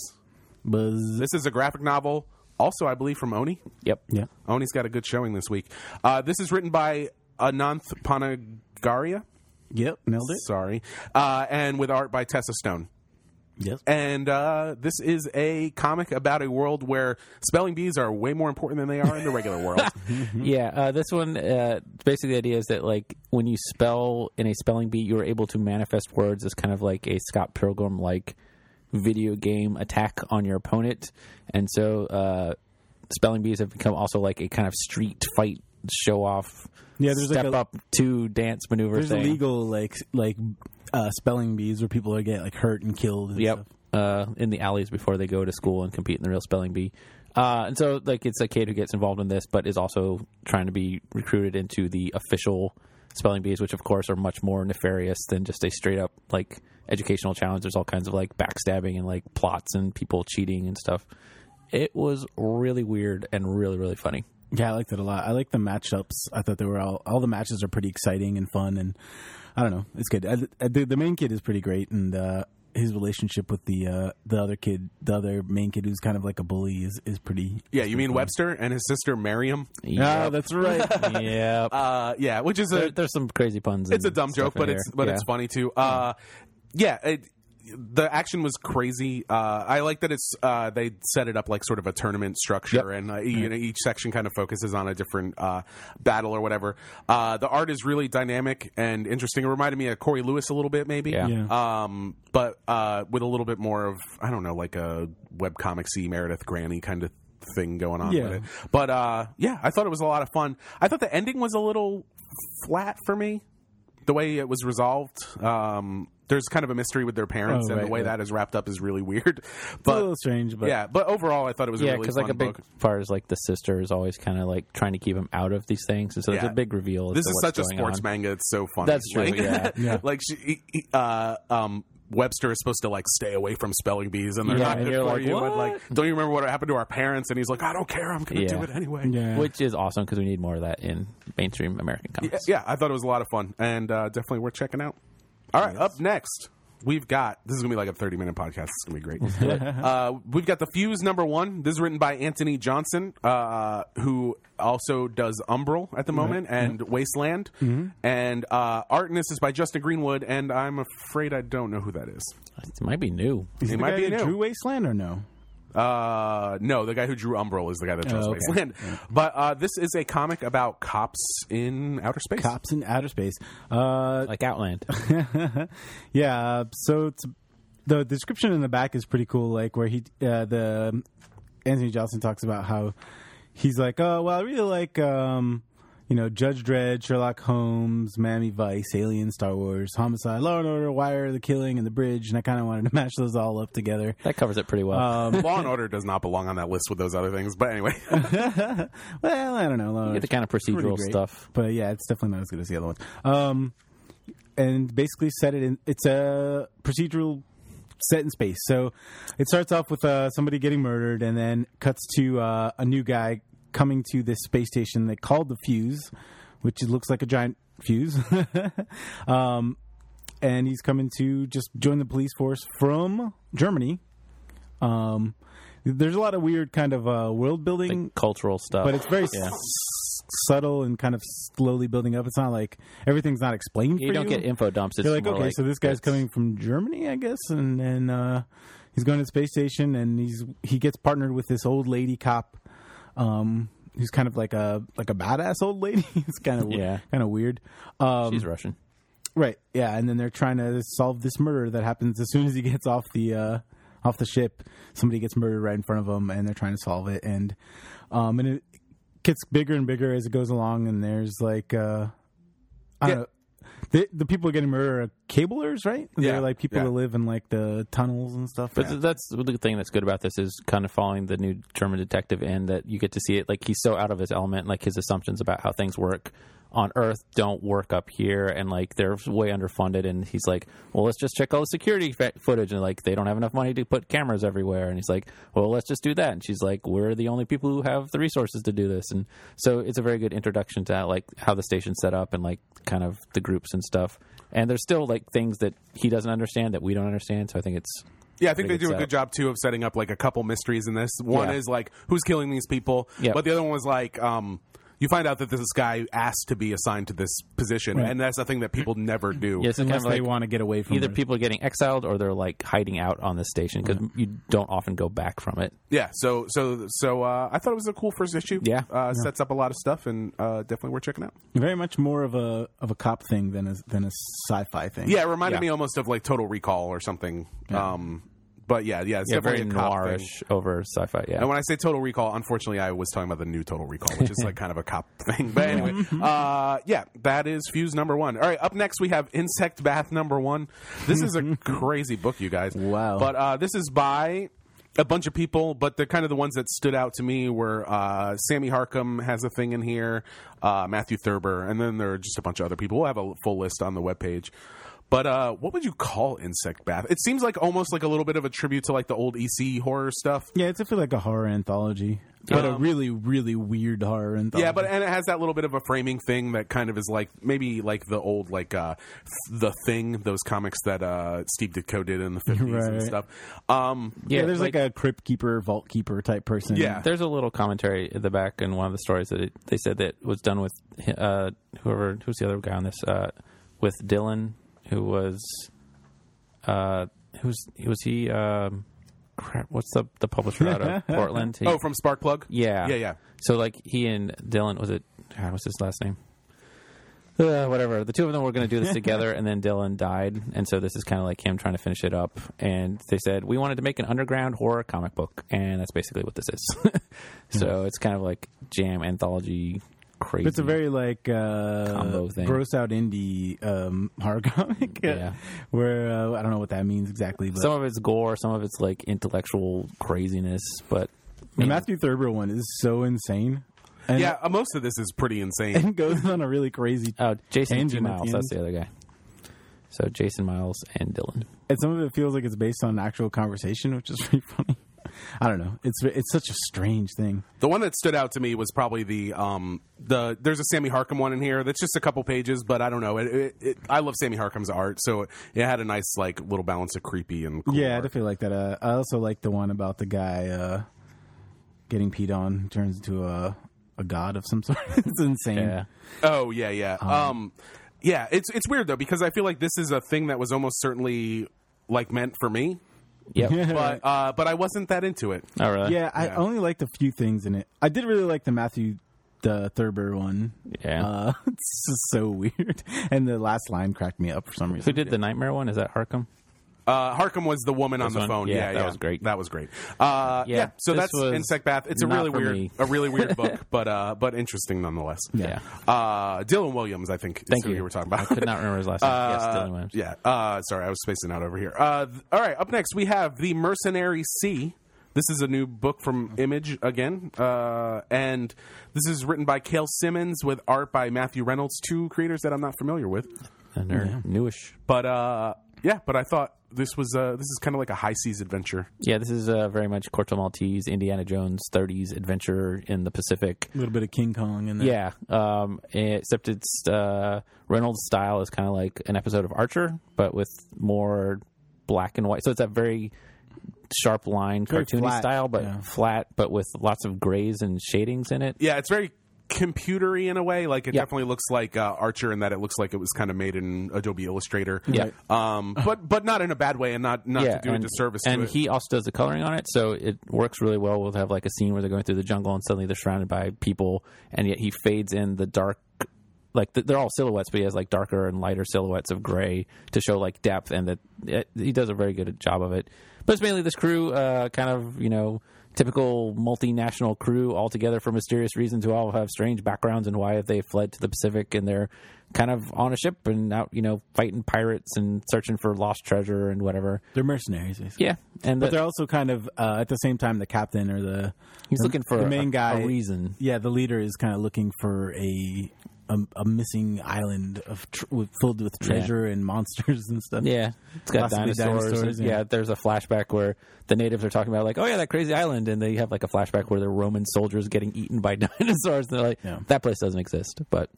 Speaker 2: buzz.
Speaker 1: This is a graphic novel, also, I believe, from Oni.
Speaker 3: Yep.
Speaker 2: Yeah.
Speaker 1: Oni's got a good showing this week. Uh, this is written by Ananth Panagaria.
Speaker 2: Yep. Nailed it.
Speaker 1: Sorry. Uh, and with art by Tessa Stone.
Speaker 2: Yes.
Speaker 1: And uh, this is a comic about a world where spelling bees are way more important than they are in the regular world.
Speaker 2: Mm-hmm.
Speaker 3: Yeah, uh, this one uh, basically the idea is that like when you spell in a spelling bee, you're able to manifest words as kind of like a Scott Pilgrim like video game attack on your opponent, and so uh, spelling bees have become also like a kind of street fight show off.
Speaker 2: Yeah, there's like
Speaker 3: step
Speaker 2: a-
Speaker 3: up to dance maneuver.
Speaker 2: There's
Speaker 3: thing.
Speaker 2: illegal like like uh, spelling bees where people are get like hurt and killed. And
Speaker 3: Yep.
Speaker 2: Stuff.
Speaker 3: Uh, in the alleys before they go to school and compete in the real spelling bee. Uh, and so, like, it's a kid who gets involved in this, but is also trying to be recruited into the official spelling bees, which, of course, are much more nefarious than just a straight up, like, educational challenge. There's all kinds of, like, backstabbing and, like, plots and people cheating and stuff. It was really weird and really, really funny.
Speaker 2: Yeah, I liked it a lot. I like the matchups. I thought they were all all the matches are pretty exciting and fun, and I don't know, it's good. I, I- the, the main kid is pretty great, and uh, his relationship with the uh, the other kid, the other main kid who's kind of like a bully, is is pretty.
Speaker 1: yeah, you mean Webster and his sister Miriam?
Speaker 2: Yeah, that's right.
Speaker 3: yeah.
Speaker 1: Uh, yeah, which is
Speaker 3: There-
Speaker 1: a
Speaker 3: there's some crazy puns.
Speaker 1: it's a dumb joke, but it's but
Speaker 3: it's
Speaker 1: it's
Speaker 3: fun.
Speaker 1: funny too. Uh, yeah, it, the action was crazy. Uh, I like that it's uh, they set it up like sort of a tournament structure, and uh, you know each section kind of focuses on a different uh, battle or whatever. Uh, the art is really dynamic and interesting. It reminded me of Corey Lewis a little bit, maybe.
Speaker 3: Yeah.
Speaker 2: Yeah.
Speaker 1: Um, but uh, with a little bit more of I don't know, like a webcomic-y Meredith Granny kind of thing going on
Speaker 2: Yeah.
Speaker 1: with it. But uh, yeah, I thought it was a lot of fun. I thought the ending was a little flat for me, the way it was resolved. Um, there's kind of a mystery with their parents,
Speaker 2: Oh,
Speaker 1: and
Speaker 2: right,
Speaker 1: the way
Speaker 2: right.
Speaker 1: that is wrapped up is really weird.
Speaker 2: a
Speaker 1: But
Speaker 2: little strange, but
Speaker 1: yeah, but overall, I thought it was
Speaker 3: yeah,
Speaker 1: a really
Speaker 3: because
Speaker 1: fun
Speaker 3: like a big
Speaker 1: book.
Speaker 3: part is like the sister is always kind of like trying to keep him out of these things, and so there's
Speaker 1: Yeah.
Speaker 3: a big reveal. as
Speaker 1: This
Speaker 3: to
Speaker 1: is
Speaker 3: what's
Speaker 1: such a
Speaker 3: going
Speaker 1: sports
Speaker 3: on.
Speaker 1: manga. It's so funny.
Speaker 3: That's true,
Speaker 1: Like,
Speaker 3: yeah.
Speaker 2: Yeah.
Speaker 1: like she, he- he- uh, um, Webster is supposed to like stay away from spelling bees, and they're
Speaker 3: Yeah,
Speaker 1: not
Speaker 3: and
Speaker 1: good
Speaker 3: you're
Speaker 1: for
Speaker 3: like,
Speaker 1: you. And
Speaker 3: "What?"
Speaker 1: like, don't you remember what happened to our parents? And he's like, I don't care. I'm going to
Speaker 3: Yeah.
Speaker 1: do it anyway.
Speaker 2: yeah.
Speaker 3: which is awesome because we need more of that in mainstream American
Speaker 1: Yeah,
Speaker 3: comics.
Speaker 1: yeah, I thought it was a lot of fun and uh, definitely worth checking out. All right, up next, we've got this is going to be like a 30 minute podcast. It's going to be great. uh, we've got The Fuse number one. This is written by Anthony Johnson, uh, who also does Umbral at the
Speaker 2: Mm-hmm.
Speaker 1: moment and Wasteland. And uh, art in this is by Justin Greenwood, and I'm afraid I don't know who that is.
Speaker 3: It might be new.
Speaker 2: Is
Speaker 1: It
Speaker 2: the
Speaker 1: might
Speaker 2: guy
Speaker 1: be
Speaker 2: that
Speaker 1: new.
Speaker 2: Drew Wasteland or no?
Speaker 1: Uh, no, the guy who drew Umbral is the guy that draws
Speaker 2: Oh, okay.
Speaker 1: Wasteland. But uh, this is a comic about cops in outer space.
Speaker 2: Cops in outer space. Uh,
Speaker 3: Like Outland,
Speaker 2: yeah. uh, So it's, the description in the back is pretty cool. Like where he, uh, the Anthony Johnson talks about how he's like, oh well, I really like, um, you know, Judge Dredd, Sherlock Holmes, Miami Vice, Alien, Star Wars, Homicide, Law and Order, Wire, The Killing, and The Bridge, and I kind of wanted to mash those all up together.
Speaker 3: that covers it pretty well.
Speaker 2: Uh,
Speaker 1: Um, Law and Order does not belong on that list with those other things. But anyway,
Speaker 2: Well, I don't know. Law and
Speaker 3: you get
Speaker 2: Order's
Speaker 3: the kind of
Speaker 2: pretty
Speaker 3: procedural
Speaker 2: great.
Speaker 3: stuff.
Speaker 2: But yeah, it's definitely not as good as the other ones. Um, and basically set it in. It's a procedural set in space. So it starts off with uh, somebody getting murdered, and then cuts to uh, a new guy coming to this space station they called the Fuse, which looks like a giant fuse. um, and he's coming to just join the police force from Germany. Um, there's a lot of weird kind of uh, world building
Speaker 3: Like cultural stuff,
Speaker 2: but it's very
Speaker 3: Oh. Yeah.
Speaker 2: s- subtle and kind of slowly building up. It's not like everything's not explained.
Speaker 3: you
Speaker 2: for
Speaker 3: don't
Speaker 2: you.
Speaker 3: get info dumps. It's
Speaker 2: You're like,
Speaker 3: more
Speaker 2: okay, so this guy's
Speaker 3: it's-
Speaker 2: coming from Germany, I guess, and then uh, he's going to the space station, and he's he gets partnered with this old lady cop, um, who's kind of like a like a badass old lady. it's kind of
Speaker 3: Yeah.
Speaker 2: kind of weird. Um,
Speaker 3: She's Russian.
Speaker 2: Right. Yeah, and then they're trying to solve this murder that happens as soon as he gets off the uh, off the ship. Somebody gets murdered right in front of him, and they're trying to solve it. And um, and it gets bigger and bigger as it goes along. And there's like uh, I don't
Speaker 1: Yeah.
Speaker 2: know. The, the people getting murdered are cablers, right?
Speaker 1: Yeah,
Speaker 2: They're like people
Speaker 1: yeah.
Speaker 2: that live in like the tunnels and stuff.
Speaker 3: But th- that's the good thing that's good about this is kind of following the new German detective in that you get to see it. Like he's so out of his element, like his assumptions about how things work on Earth don't work up here, and like they're way underfunded. And he's like, well, let's just check all the security fa- footage, and like they don't have enough money to put cameras everywhere. And he's like, well, let's just do that. And she's like, we're the only people who have the resources to do this. And so it's a very good introduction to like how the station's set up and like kind of the groups and stuff. And there's still like things that he doesn't understand that we don't understand. So I think it's
Speaker 1: Yeah, I think they
Speaker 3: Pretty
Speaker 1: do
Speaker 3: good
Speaker 1: a good
Speaker 3: setup.
Speaker 1: job too of setting up like a couple mysteries in this. One
Speaker 3: Yeah.
Speaker 1: is like who's killing these people,
Speaker 3: Yeah.
Speaker 1: but the other one was like um, you find out that this guy asked to be assigned to this position, and that's a thing that people never do.
Speaker 3: yeah, it's kind
Speaker 2: Unless
Speaker 3: of like
Speaker 2: they want to get away from
Speaker 3: either
Speaker 2: it.
Speaker 3: people are getting exiled or they're like hiding out on this station because you don't often go back from it.
Speaker 1: Yeah, so so so uh, I thought it was a cool first issue.
Speaker 3: Yeah.
Speaker 1: uh, sets up a lot of stuff and uh, definitely worth checking out.
Speaker 2: Very much more of a of a cop thing than a than a sci-fi thing.
Speaker 1: Yeah, it reminded
Speaker 3: Yeah.
Speaker 1: me almost of like Total Recall or something. Um, but yeah, yeah, it's
Speaker 3: Yeah, very
Speaker 1: definitely a cop thing.
Speaker 3: noirish over sci-fi. Yeah,
Speaker 1: And when I say Total Recall, unfortunately, I was talking about the new Total Recall, which is like kind of a cop thing. But anyway, uh, yeah, that is Fuse number one. All right, up next we have Insect Bath number one. This is a crazy book, you guys.
Speaker 2: Wow.
Speaker 1: But uh, this is by a bunch of people, but the kind of the ones that stood out to me were uh, Sammy Harcum has a thing in here, uh, Matthew Thurber, and then there are just a bunch of other people. We'll have a full list on the webpage. But uh, what would you call insect bath? It seems like almost like a little bit of a tribute to like the old EC horror stuff.
Speaker 2: yeah, it's I feel like a horror anthology, but a really really weird horror anthology.
Speaker 1: Yeah, but and it has that little bit of a framing thing that kind of is like maybe like the old like uh the thing those comics that uh Steve Ditko did in the 50s
Speaker 2: Right.
Speaker 1: and stuff. Um
Speaker 2: yeah, there's like, a crypt keeper, vault keeper type person.
Speaker 1: Yeah.
Speaker 3: there's a little commentary at the back in one of the stories that it, they said that was done with uh, whoever who's the other guy on this uh, with Dylan who was uh, who's was he um, crap what's the the publisher out of Portland He-
Speaker 1: oh from Sparkplug?
Speaker 3: Yeah.
Speaker 1: Yeah, yeah.
Speaker 3: So like he and Dylan was it God, what's his last name? Uh, whatever. The two of them were going to do this together, and then Dylan died, and so this is kind of like him trying to finish it up. And they said we wanted to make an underground horror comic book, and that's basically what this is. so it's kind of like jam anthology crazy.
Speaker 2: It's a very like uh,
Speaker 3: Combo thing.
Speaker 2: gross out indie um, horror comic.
Speaker 3: Yeah.
Speaker 2: where uh, I don't know what that means exactly. But
Speaker 3: some of it's gore, some of it's like intellectual craziness, but
Speaker 2: the Matthew Thurber one is so insane. And
Speaker 1: Yeah, uh, most of this is pretty insane.
Speaker 2: and goes on a really crazy.
Speaker 3: oh, Jason T.
Speaker 2: Tangent at the
Speaker 3: Miles, that's the other guy. So Jason Miles and Dylan.
Speaker 2: And some of it feels like it's based on an actual conversation, which is pretty funny. I don't know. It's it's such a strange thing.
Speaker 1: The one that stood out to me was probably the um the there's a Sammy Harkham one in here that's just a couple pages, but I don't know. It, it, it, I love Sammy Harkham's art, so it, had a nice like little balance of creepy and cool
Speaker 2: Yeah, I
Speaker 1: art.
Speaker 2: do feel like that. Uh, I also like the one about the guy uh, getting peed on turns into a a god of some sort. it's insane.
Speaker 3: Yeah.
Speaker 1: Oh yeah, yeah. Um, yeah, it's it's weird though because I feel like this is a thing that was almost certainly like meant for me,
Speaker 3: Yep.
Speaker 1: but uh, but I wasn't that into it.
Speaker 3: oh, really?
Speaker 2: Yeah, I only liked a few things in it. I did really like the Matthew the Thurber one.
Speaker 3: Yeah.
Speaker 2: Uh, it's just so weird. And the last line cracked me up for some
Speaker 3: Who
Speaker 2: reason.
Speaker 3: did the nightmare one? Is that Harkham?
Speaker 1: Uh, Harkham was the woman on the
Speaker 3: one?
Speaker 1: phone.
Speaker 3: Yeah,
Speaker 1: Yeah,
Speaker 3: that
Speaker 1: yeah.
Speaker 3: was great.
Speaker 1: That was great. Uh, yeah,
Speaker 3: Yeah,
Speaker 1: So
Speaker 3: this
Speaker 1: that's
Speaker 3: was
Speaker 1: Insect Bath. It's a
Speaker 3: not
Speaker 1: really
Speaker 3: for
Speaker 1: weird,
Speaker 3: me.
Speaker 1: a really weird book, but uh, but interesting nonetheless.
Speaker 3: Yeah.
Speaker 1: Uh, Dylan Williams, I think. Is
Speaker 3: Thank
Speaker 1: who
Speaker 3: you.
Speaker 1: were talking about.
Speaker 3: Could not remember his last name. yes,
Speaker 1: Uh,
Speaker 3: Dylan Williams.
Speaker 1: Yeah. Uh, sorry, I was spacing out over here. Uh, th- all right, up next we have The Mercenary Sea. This is a new book from Image again. Uh, and this is written by Cale Simmons with art by Matthew Reynolds, two creators that I'm not familiar with.
Speaker 3: And they're newish.
Speaker 1: But uh, yeah, but I thought this was uh, this is kind of like a high seas adventure.
Speaker 3: Yeah, this is uh, very much Corto Maltese, Indiana Jones 30s adventure in the Pacific.
Speaker 2: A little bit of King Kong and
Speaker 3: Yeah, um, except it's uh, Reynolds' style is kind of like an episode of Archer, but with more black and white. So it's that very sharp line,
Speaker 2: Very
Speaker 3: cartoony
Speaker 2: flat,
Speaker 3: style, but
Speaker 2: yeah.
Speaker 3: flat, but with lots of grays and shadings in it.
Speaker 1: Yeah, it's very computery in a way. Like it
Speaker 3: Yeah.
Speaker 1: definitely looks like uh, Archer in that it looks like it was kind of made in Adobe Illustrator.
Speaker 3: Yeah.
Speaker 1: Um, but but not in a bad way, and not not to do a disservice.
Speaker 3: And
Speaker 1: to it.
Speaker 3: he also does the coloring on it, so it works really well. We'll have like a scene where they're going through the jungle and suddenly they're surrounded by people, and yet he fades in the dark. Like th- they're all silhouettes, but he has like darker and lighter silhouettes of gray to show like depth, and that it, he does a very good job of it. But it's mainly this crew, uh, kind of you know typical multinational crew all together for mysterious reasons who all have strange backgrounds and why have they fled to the Pacific and they're kind of on a ship and out, you know, fighting pirates and searching for lost treasure and whatever.
Speaker 2: They're mercenaries, basically.
Speaker 3: Yeah, and
Speaker 2: But
Speaker 3: the,
Speaker 2: they're also kind of uh, at the same time the captain or the
Speaker 3: he's looking for
Speaker 2: the
Speaker 3: a-
Speaker 2: main guy
Speaker 3: a reason.
Speaker 2: Yeah, the leader is kind of looking for a a, a missing island of tr- with- filled with treasure and monsters and stuff.
Speaker 3: Yeah, it's got
Speaker 2: Possibly
Speaker 3: dinosaurs.
Speaker 2: dinosaurs,
Speaker 3: yeah.
Speaker 2: yeah.
Speaker 3: there's a flashback where the natives are talking about like, oh yeah, that crazy island, and they have like a flashback where the Roman soldiers getting eaten by dinosaurs. And they're like,
Speaker 2: Yeah.
Speaker 3: that place doesn't exist. But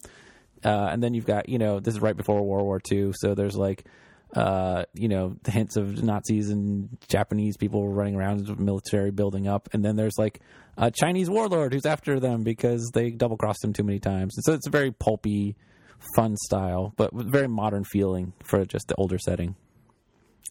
Speaker 3: uh, and then you've got you know this is right before World War II, so there's like. Uh, you know, the hints of Nazis and Japanese people running around, with military building up, and then there's like a Chinese warlord who's after them because they double crossed him too many times. And so it's a very pulpy, fun style, but with very modern feeling for just the older setting.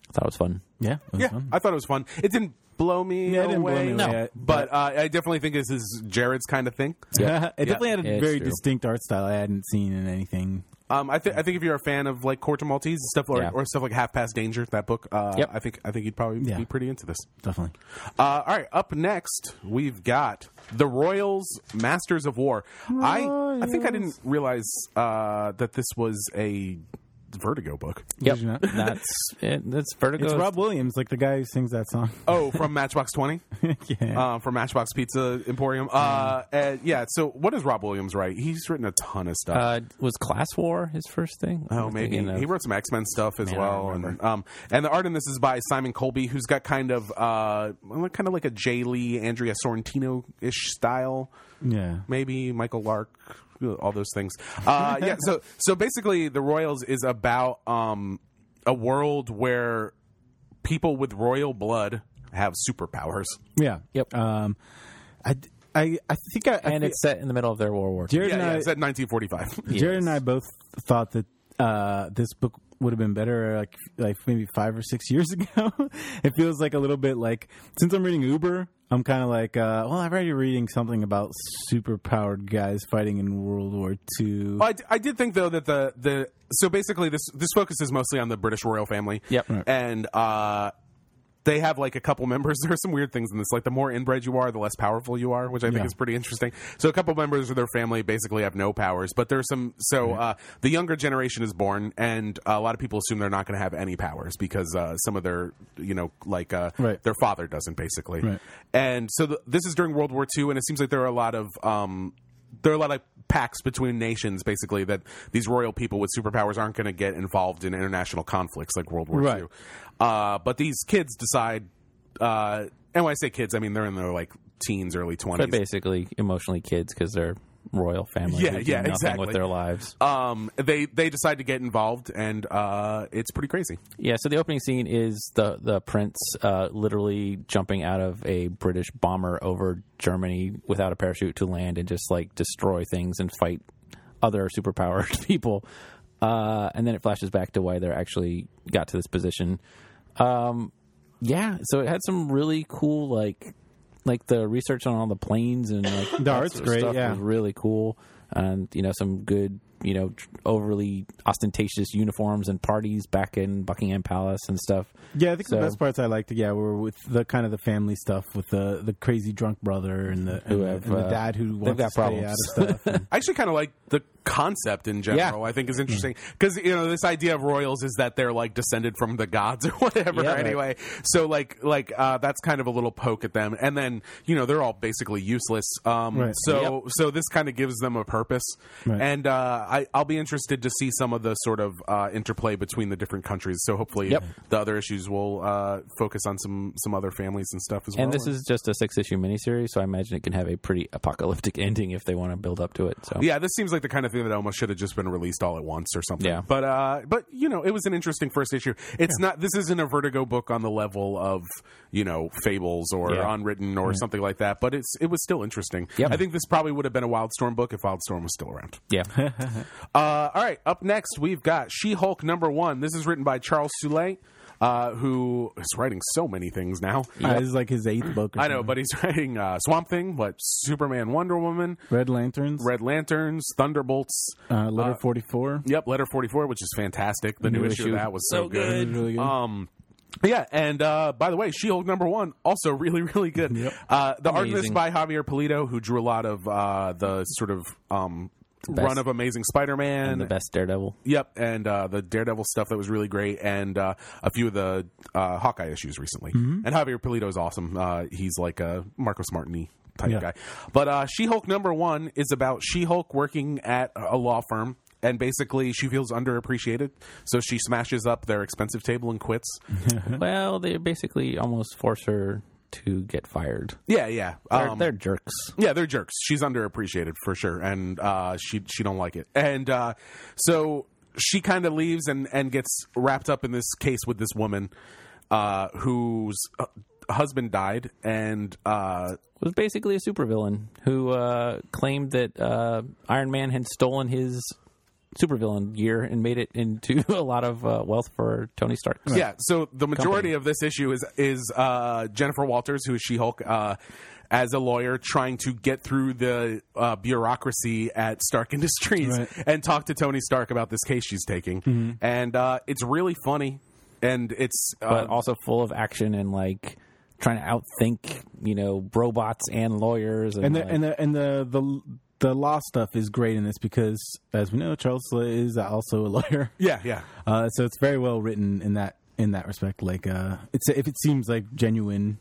Speaker 3: I thought it was fun.
Speaker 2: yeah, that was
Speaker 1: Yeah,
Speaker 2: fun.
Speaker 1: I thought it was fun. It didn't blow me
Speaker 2: Yeah,
Speaker 1: away,
Speaker 2: it didn't blow me away.
Speaker 3: No.
Speaker 1: but uh, I definitely think this is Jared's kind of thing.
Speaker 2: it definitely had a
Speaker 3: It's
Speaker 2: very
Speaker 3: true.
Speaker 2: distinct art style I hadn't seen in anything.
Speaker 1: Um, I, th- I think if you're a fan of like Court of Maltese and stuff, or,
Speaker 3: Yeah.
Speaker 1: or stuff like Half Past Danger, that book, uh,
Speaker 3: Yep.
Speaker 1: I think I think you'd probably
Speaker 2: Yeah.
Speaker 1: be pretty into this.
Speaker 2: Definitely.
Speaker 1: Uh, all right, up next we've got the Royals, Masters of War. I I think I didn't realize uh, that this was a Vertigo book.
Speaker 3: Yep.
Speaker 2: you not?
Speaker 3: That's it. That's Vertigo.
Speaker 2: It's Rob Williams, like the guy who sings that song.
Speaker 1: Oh, from Matchbox Twenty,
Speaker 2: yeah.
Speaker 1: um, from Matchbox Pizza Emporium. Uh,
Speaker 3: Mm.
Speaker 1: and yeah. So what does Rob Williams write? He's written a ton of stuff.
Speaker 3: Uh, was Class War his first thing?
Speaker 1: Oh,
Speaker 3: I'm
Speaker 1: maybe
Speaker 3: thinking of-
Speaker 1: he wrote some X Men stuff as
Speaker 3: Man, I
Speaker 1: well,
Speaker 3: don't
Speaker 1: and um, and the art in this is by Simon Colby, who's got kind of uh, well, kind of like a Jay Lee, Andrea Sorrentino ish style,
Speaker 2: yeah.
Speaker 1: maybe Michael Lark, all those things. Uh, yeah, so so basically, the Royals is about um, a world where people with royal blood have superpowers.
Speaker 2: Yeah.
Speaker 3: Yep.
Speaker 2: Um, I, I, I think I, I
Speaker 3: and
Speaker 2: thi-
Speaker 3: it's set in the middle of their war war.
Speaker 2: Jared
Speaker 1: Yeah,
Speaker 2: and
Speaker 1: yeah,
Speaker 2: I,
Speaker 1: it's at 1945.
Speaker 2: Jared and I both thought that uh, this book would have been better like like maybe five or six years ago. it feels like a little bit like since I'm reading Uber, I'm kind of like, uh, well, I'm already reading something about super powered guys fighting in World War II.
Speaker 1: Well, I, d- I did think though that the the so basically this this focuses mostly on the British royal family.
Speaker 3: Yep. Right.
Speaker 1: and uh, they have like a couple members. There are some weird things in this. Like the more inbred you are, the less powerful you are, which I think
Speaker 2: Yeah.
Speaker 1: is pretty interesting. So a couple members of their family basically have no powers, but there's some. So uh, the younger generation is born, and a lot of people assume they're not going to have any powers because uh, some of their you know like uh,
Speaker 2: Right.
Speaker 1: their father doesn't basically.
Speaker 2: Right.
Speaker 1: And so th this is during World War II, and it seems like there are a lot of um, there are a lot of pacts between nations, basically that these royal people with superpowers aren't going to get involved in international conflicts like World War
Speaker 2: Right.
Speaker 1: II. Uh, but these kids decide, uh, and when I say kids, I mean they're in their like teens, early
Speaker 3: They're
Speaker 1: twenties.
Speaker 3: basically emotionally kids because they're royal family.
Speaker 1: Yeah,
Speaker 3: who do
Speaker 1: yeah,
Speaker 3: nothing
Speaker 1: exactly.
Speaker 3: With their lives.
Speaker 1: Um, they they decide to get involved, and uh, it's pretty crazy.
Speaker 3: Yeah, so the opening scene is the the prince uh, literally jumping out of a British bomber over Germany without a parachute to land and just like destroy things and fight other superpowered people. Uh, and then it flashes back to why they're actually got to this position. Um, yeah, so it had some really cool like like the research on all the planes and like that
Speaker 2: art's
Speaker 3: sort of
Speaker 2: great,
Speaker 3: stuff
Speaker 2: yeah.
Speaker 3: was really cool, and you know some good you know tr- overly ostentatious uniforms and parties back in Buckingham Palace and stuff.
Speaker 2: yeah, I think
Speaker 3: so-
Speaker 2: the best parts I liked, yeah, were with the kind of the family stuff with the the crazy drunk brother and the and,
Speaker 3: Who
Speaker 2: the-
Speaker 3: have,
Speaker 2: and the
Speaker 3: uh,
Speaker 2: dad who wants
Speaker 3: got
Speaker 2: to stay
Speaker 3: problems.
Speaker 2: out of stuff.
Speaker 1: I actually kind of like the concept in general. I
Speaker 3: Mm-hmm.
Speaker 1: think is interesting because you know this idea of royals is that they're like descended from the gods or whatever.
Speaker 3: Yeah, right.
Speaker 1: anyway, so like like uh, that's kind of a little poke at them, and then you know they're all basically useless. Um,
Speaker 2: Right.
Speaker 1: So so this kind of gives them a purpose,
Speaker 2: Right.
Speaker 1: and uh, I, I'll be interested to see some of the sort of uh, interplay between the different countries. So hopefully
Speaker 3: Yep.
Speaker 1: the other issues will uh, focus on some some other families and stuff as well.
Speaker 3: And this is just a six issue miniseries, so I imagine it can have a pretty apocalyptic ending if they want to build up to it. So
Speaker 1: Yeah, this seems like the kind of thing that almost should have just been released all at once or something.
Speaker 3: Yeah.
Speaker 1: But uh, but you know, it was an interesting first issue. It's not this isn't a Vertigo book on the level of you know Fables or
Speaker 3: Yeah.
Speaker 1: Unwritten or something like that. But it's it was still interesting.
Speaker 3: Yep.
Speaker 1: I think this probably would have been a Wildstorm book if Wildstorm was still around.
Speaker 3: yeah.
Speaker 1: Uh, all right, up next we've got She-Hulk number one. This is written by Charles Soule, uh, who is writing so many things now.
Speaker 2: Uh, this is like his eighth book. Or
Speaker 1: I know,
Speaker 2: something.
Speaker 1: but he's writing uh, Swamp Thing, what Superman, Wonder Woman,
Speaker 2: Red Lanterns,
Speaker 1: Red Lanterns, Thunderbolts.
Speaker 2: uh, Letter Forty Four.
Speaker 1: Yep, Letter 44, which is fantastic. The new,
Speaker 2: New
Speaker 1: issue, of
Speaker 2: issue.
Speaker 1: that was so,
Speaker 3: So
Speaker 1: good.
Speaker 3: good.
Speaker 2: Really good.
Speaker 1: Um, yeah, and uh, by the way, She Hulk number one, also really, really good. Uh, the art in this
Speaker 3: Amazing.
Speaker 1: by Javier Polito, who drew a lot of uh, the sort of um,
Speaker 3: best-
Speaker 1: run of Amazing Spider-Man
Speaker 3: and the best Daredevil.
Speaker 1: Yep, and uh, the Daredevil stuff that was really great, and uh, a few of the uh, Hawkeye issues recently.
Speaker 3: Mm-hmm.
Speaker 1: And Javier Polito is awesome. Uh, he's like a Marcos Martini type
Speaker 2: Yeah.
Speaker 1: guy. But uh, She Hulk number one is about She Hulk working at a law firm. And basically, she feels underappreciated, so she smashes up their expensive table and quits.
Speaker 3: Mm-hmm.
Speaker 2: Uh-huh.
Speaker 3: Well, they basically almost force her to get fired.
Speaker 1: Yeah, yeah,
Speaker 3: They're,
Speaker 1: Um,
Speaker 3: they're jerks.
Speaker 1: Yeah, they're jerks. She's underappreciated for sure, and uh, she she don't like it. And uh, so she kind of leaves and and gets wrapped up in this case with this woman uh, whose uh, husband died, and uh,
Speaker 3: was basically a supervillain who uh, claimed that uh, Iron Man had stolen his supervillain gear and made it into a lot of uh, wealth for Tony Stark.
Speaker 1: yeah. So the majority of this issue is is uh, Jennifer Walters, who is She Hulk. Uh, as a lawyer, trying to get through the uh, bureaucracy at Stark Industries
Speaker 2: Right.
Speaker 1: and talk to Tony Stark about this case she's taking, and uh, it's really funny, and it's uh,
Speaker 3: but also full of action and like trying to outthink, you know, robots and lawyers and, uh,
Speaker 2: and
Speaker 3: like-
Speaker 2: the, and the and the the the law stuff is great in this because, as we know, Charles Soule is also a lawyer,
Speaker 1: Yeah, yeah,
Speaker 2: uh, so it's very well written in that in that respect. Like, uh, it's if it seems like genuine,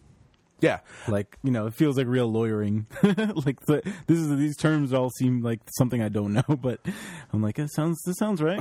Speaker 1: yeah.
Speaker 2: like you know, it feels like real lawyering. like the, this is these terms all seem like something I don't know, but I'm like, it sounds this sounds right.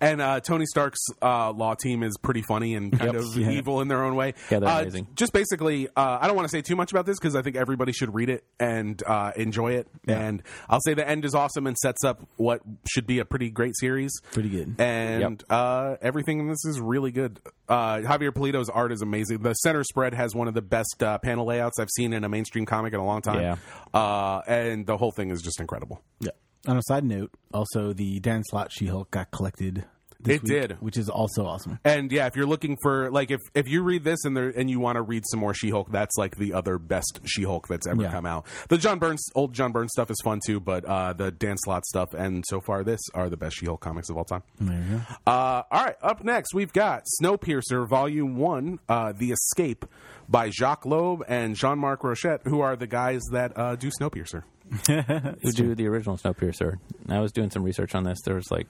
Speaker 1: And uh, Tony Stark's uh, law team is pretty funny and kind
Speaker 3: Yep.
Speaker 1: of
Speaker 2: Yeah.
Speaker 1: evil in their own way.
Speaker 3: Yeah, they're
Speaker 1: Uh,
Speaker 3: amazing.
Speaker 1: Just basically, uh, I don't want to say too much about this because I think everybody should read it and uh, enjoy it. And I'll say the end is awesome and sets up what should be a pretty great series.
Speaker 2: Pretty good.
Speaker 1: And uh, everything in this is really good. Uh, Javier Polito's art is amazing. The center spread has one of the best uh, panel layouts I've seen in a mainstream comic in a long time.
Speaker 3: Yeah.
Speaker 1: Uh, and the whole thing is just incredible.
Speaker 2: Yeah. On a side note, also the Dan Slott She Hulk got collected. This
Speaker 1: It
Speaker 2: week,
Speaker 1: did.
Speaker 2: which is also awesome.
Speaker 1: And yeah, if you're looking for like if if you read this and there and you want to read some more She-Hulk, that's like the other best She-Hulk that's ever
Speaker 2: Yeah.
Speaker 1: come out. The John Burns old John Burns stuff is fun too, but uh, the Dan Slott stuff and so far this are the best She-Hulk comics of all time.
Speaker 2: There you go.
Speaker 1: Uh, all right, up next we've got Snowpiercer Volume One, uh, The Escape by Jacques Loeb and Jean-Marc Rochette, who are the guys that uh, do Snowpiercer.
Speaker 3: who do the original Snowpiercer. And I was doing some research on this. There was like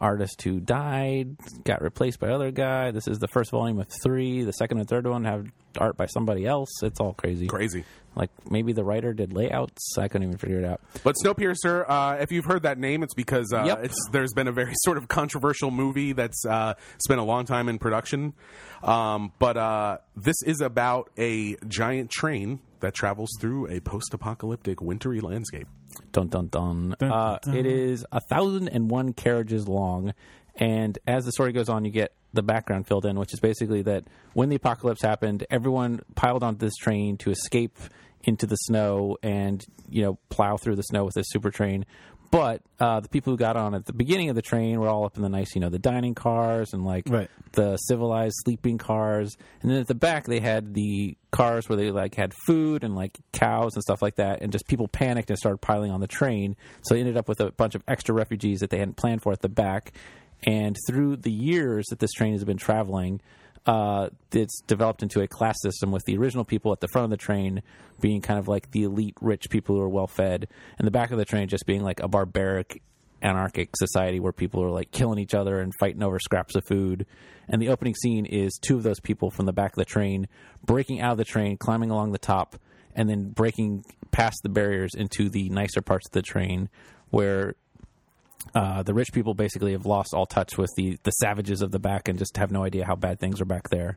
Speaker 3: artist who died, got replaced by other guy. This is the first volume of three. The second and third one have art by somebody else. It's all crazy.
Speaker 1: Crazy.
Speaker 3: Like maybe the writer did layouts. I couldn't even figure it out.
Speaker 1: But Snowpiercer, uh, if you've heard that name, it's because uh,
Speaker 3: Yep.
Speaker 1: it's there's been a very sort of controversial movie that's uh, spent a long time in production. Um, but uh, this is about a giant train that travels through a post-apocalyptic wintry landscape.
Speaker 3: Dun dun dun.
Speaker 2: Dun,
Speaker 3: uh,
Speaker 2: dun,
Speaker 3: It is a thousand and one carriages long, and as the story goes on, you get the background filled in, which is basically that when the apocalypse happened, everyone piled onto this train to escape into the snow and you know plow through the snow with this super train. But uh, the people who got on at the beginning of the train were all up in the nice, you know, the dining cars and like
Speaker 2: Right.
Speaker 3: the civilized sleeping cars, and then at the back they had the cars where they like had food and like cows and stuff like that, and just people panicked and started piling on the train. So they ended up with a bunch of extra refugees that they hadn't planned for at the back. And through the years that this train has been traveling, uh, it's developed into a class system with the original people at the front of the train being kind of like the elite rich people who are well fed, and the back of the train just being like a barbaric anarchic society where people are like killing each other and fighting over scraps of food. And the opening scene is two of those people from the back of the train breaking out of the train, climbing along the top, and then breaking past the barriers into the nicer parts of the train where uh, the rich people basically have lost all touch with the, the savages of the back and just have no idea how bad things are back there.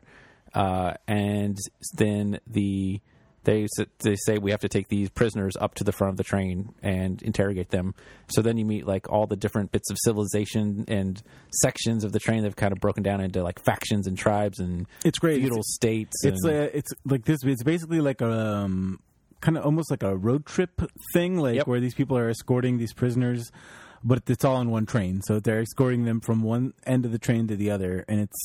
Speaker 3: Uh, and then the they s- they say we have to take these prisoners up to the front of the train and interrogate them. So then you meet like all the different bits of civilization and sections of the train that have kind of broken down into like factions and tribes and
Speaker 2: It's great.
Speaker 3: feudal
Speaker 2: It's-
Speaker 3: states.
Speaker 2: It's
Speaker 3: and-
Speaker 2: a, it's like this. It's basically like a um, kind of almost like a road trip thing, like
Speaker 3: Yep.
Speaker 2: where these people are escorting these prisoners, but it's all on one train. So they're escorting them from one end of the train to the other, and it's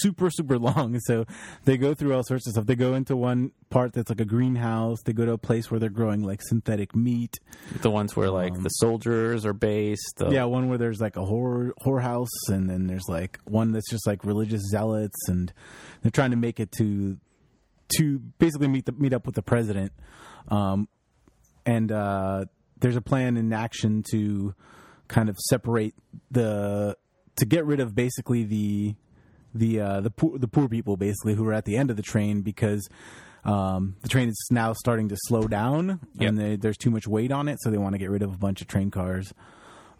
Speaker 2: super super long. So they go through all sorts of stuff. They go into one part that's like a greenhouse. They go to a place where they're growing like synthetic meat.
Speaker 3: the ones where
Speaker 2: um,
Speaker 3: like the soldiers are based. The,
Speaker 2: Yeah, one where there's like a whore whorehouse, and then there's like one that's just like religious zealots, and they're trying to make it to to basically meet the meet up with the president. Um, and uh, there's a plan in action to kind of separate the to get rid of basically the the uh, the poor the poor people basically who were at the end of the train because um, the train is now starting to slow down and they, there's too much weight on it, so they want to get rid of a bunch of train cars.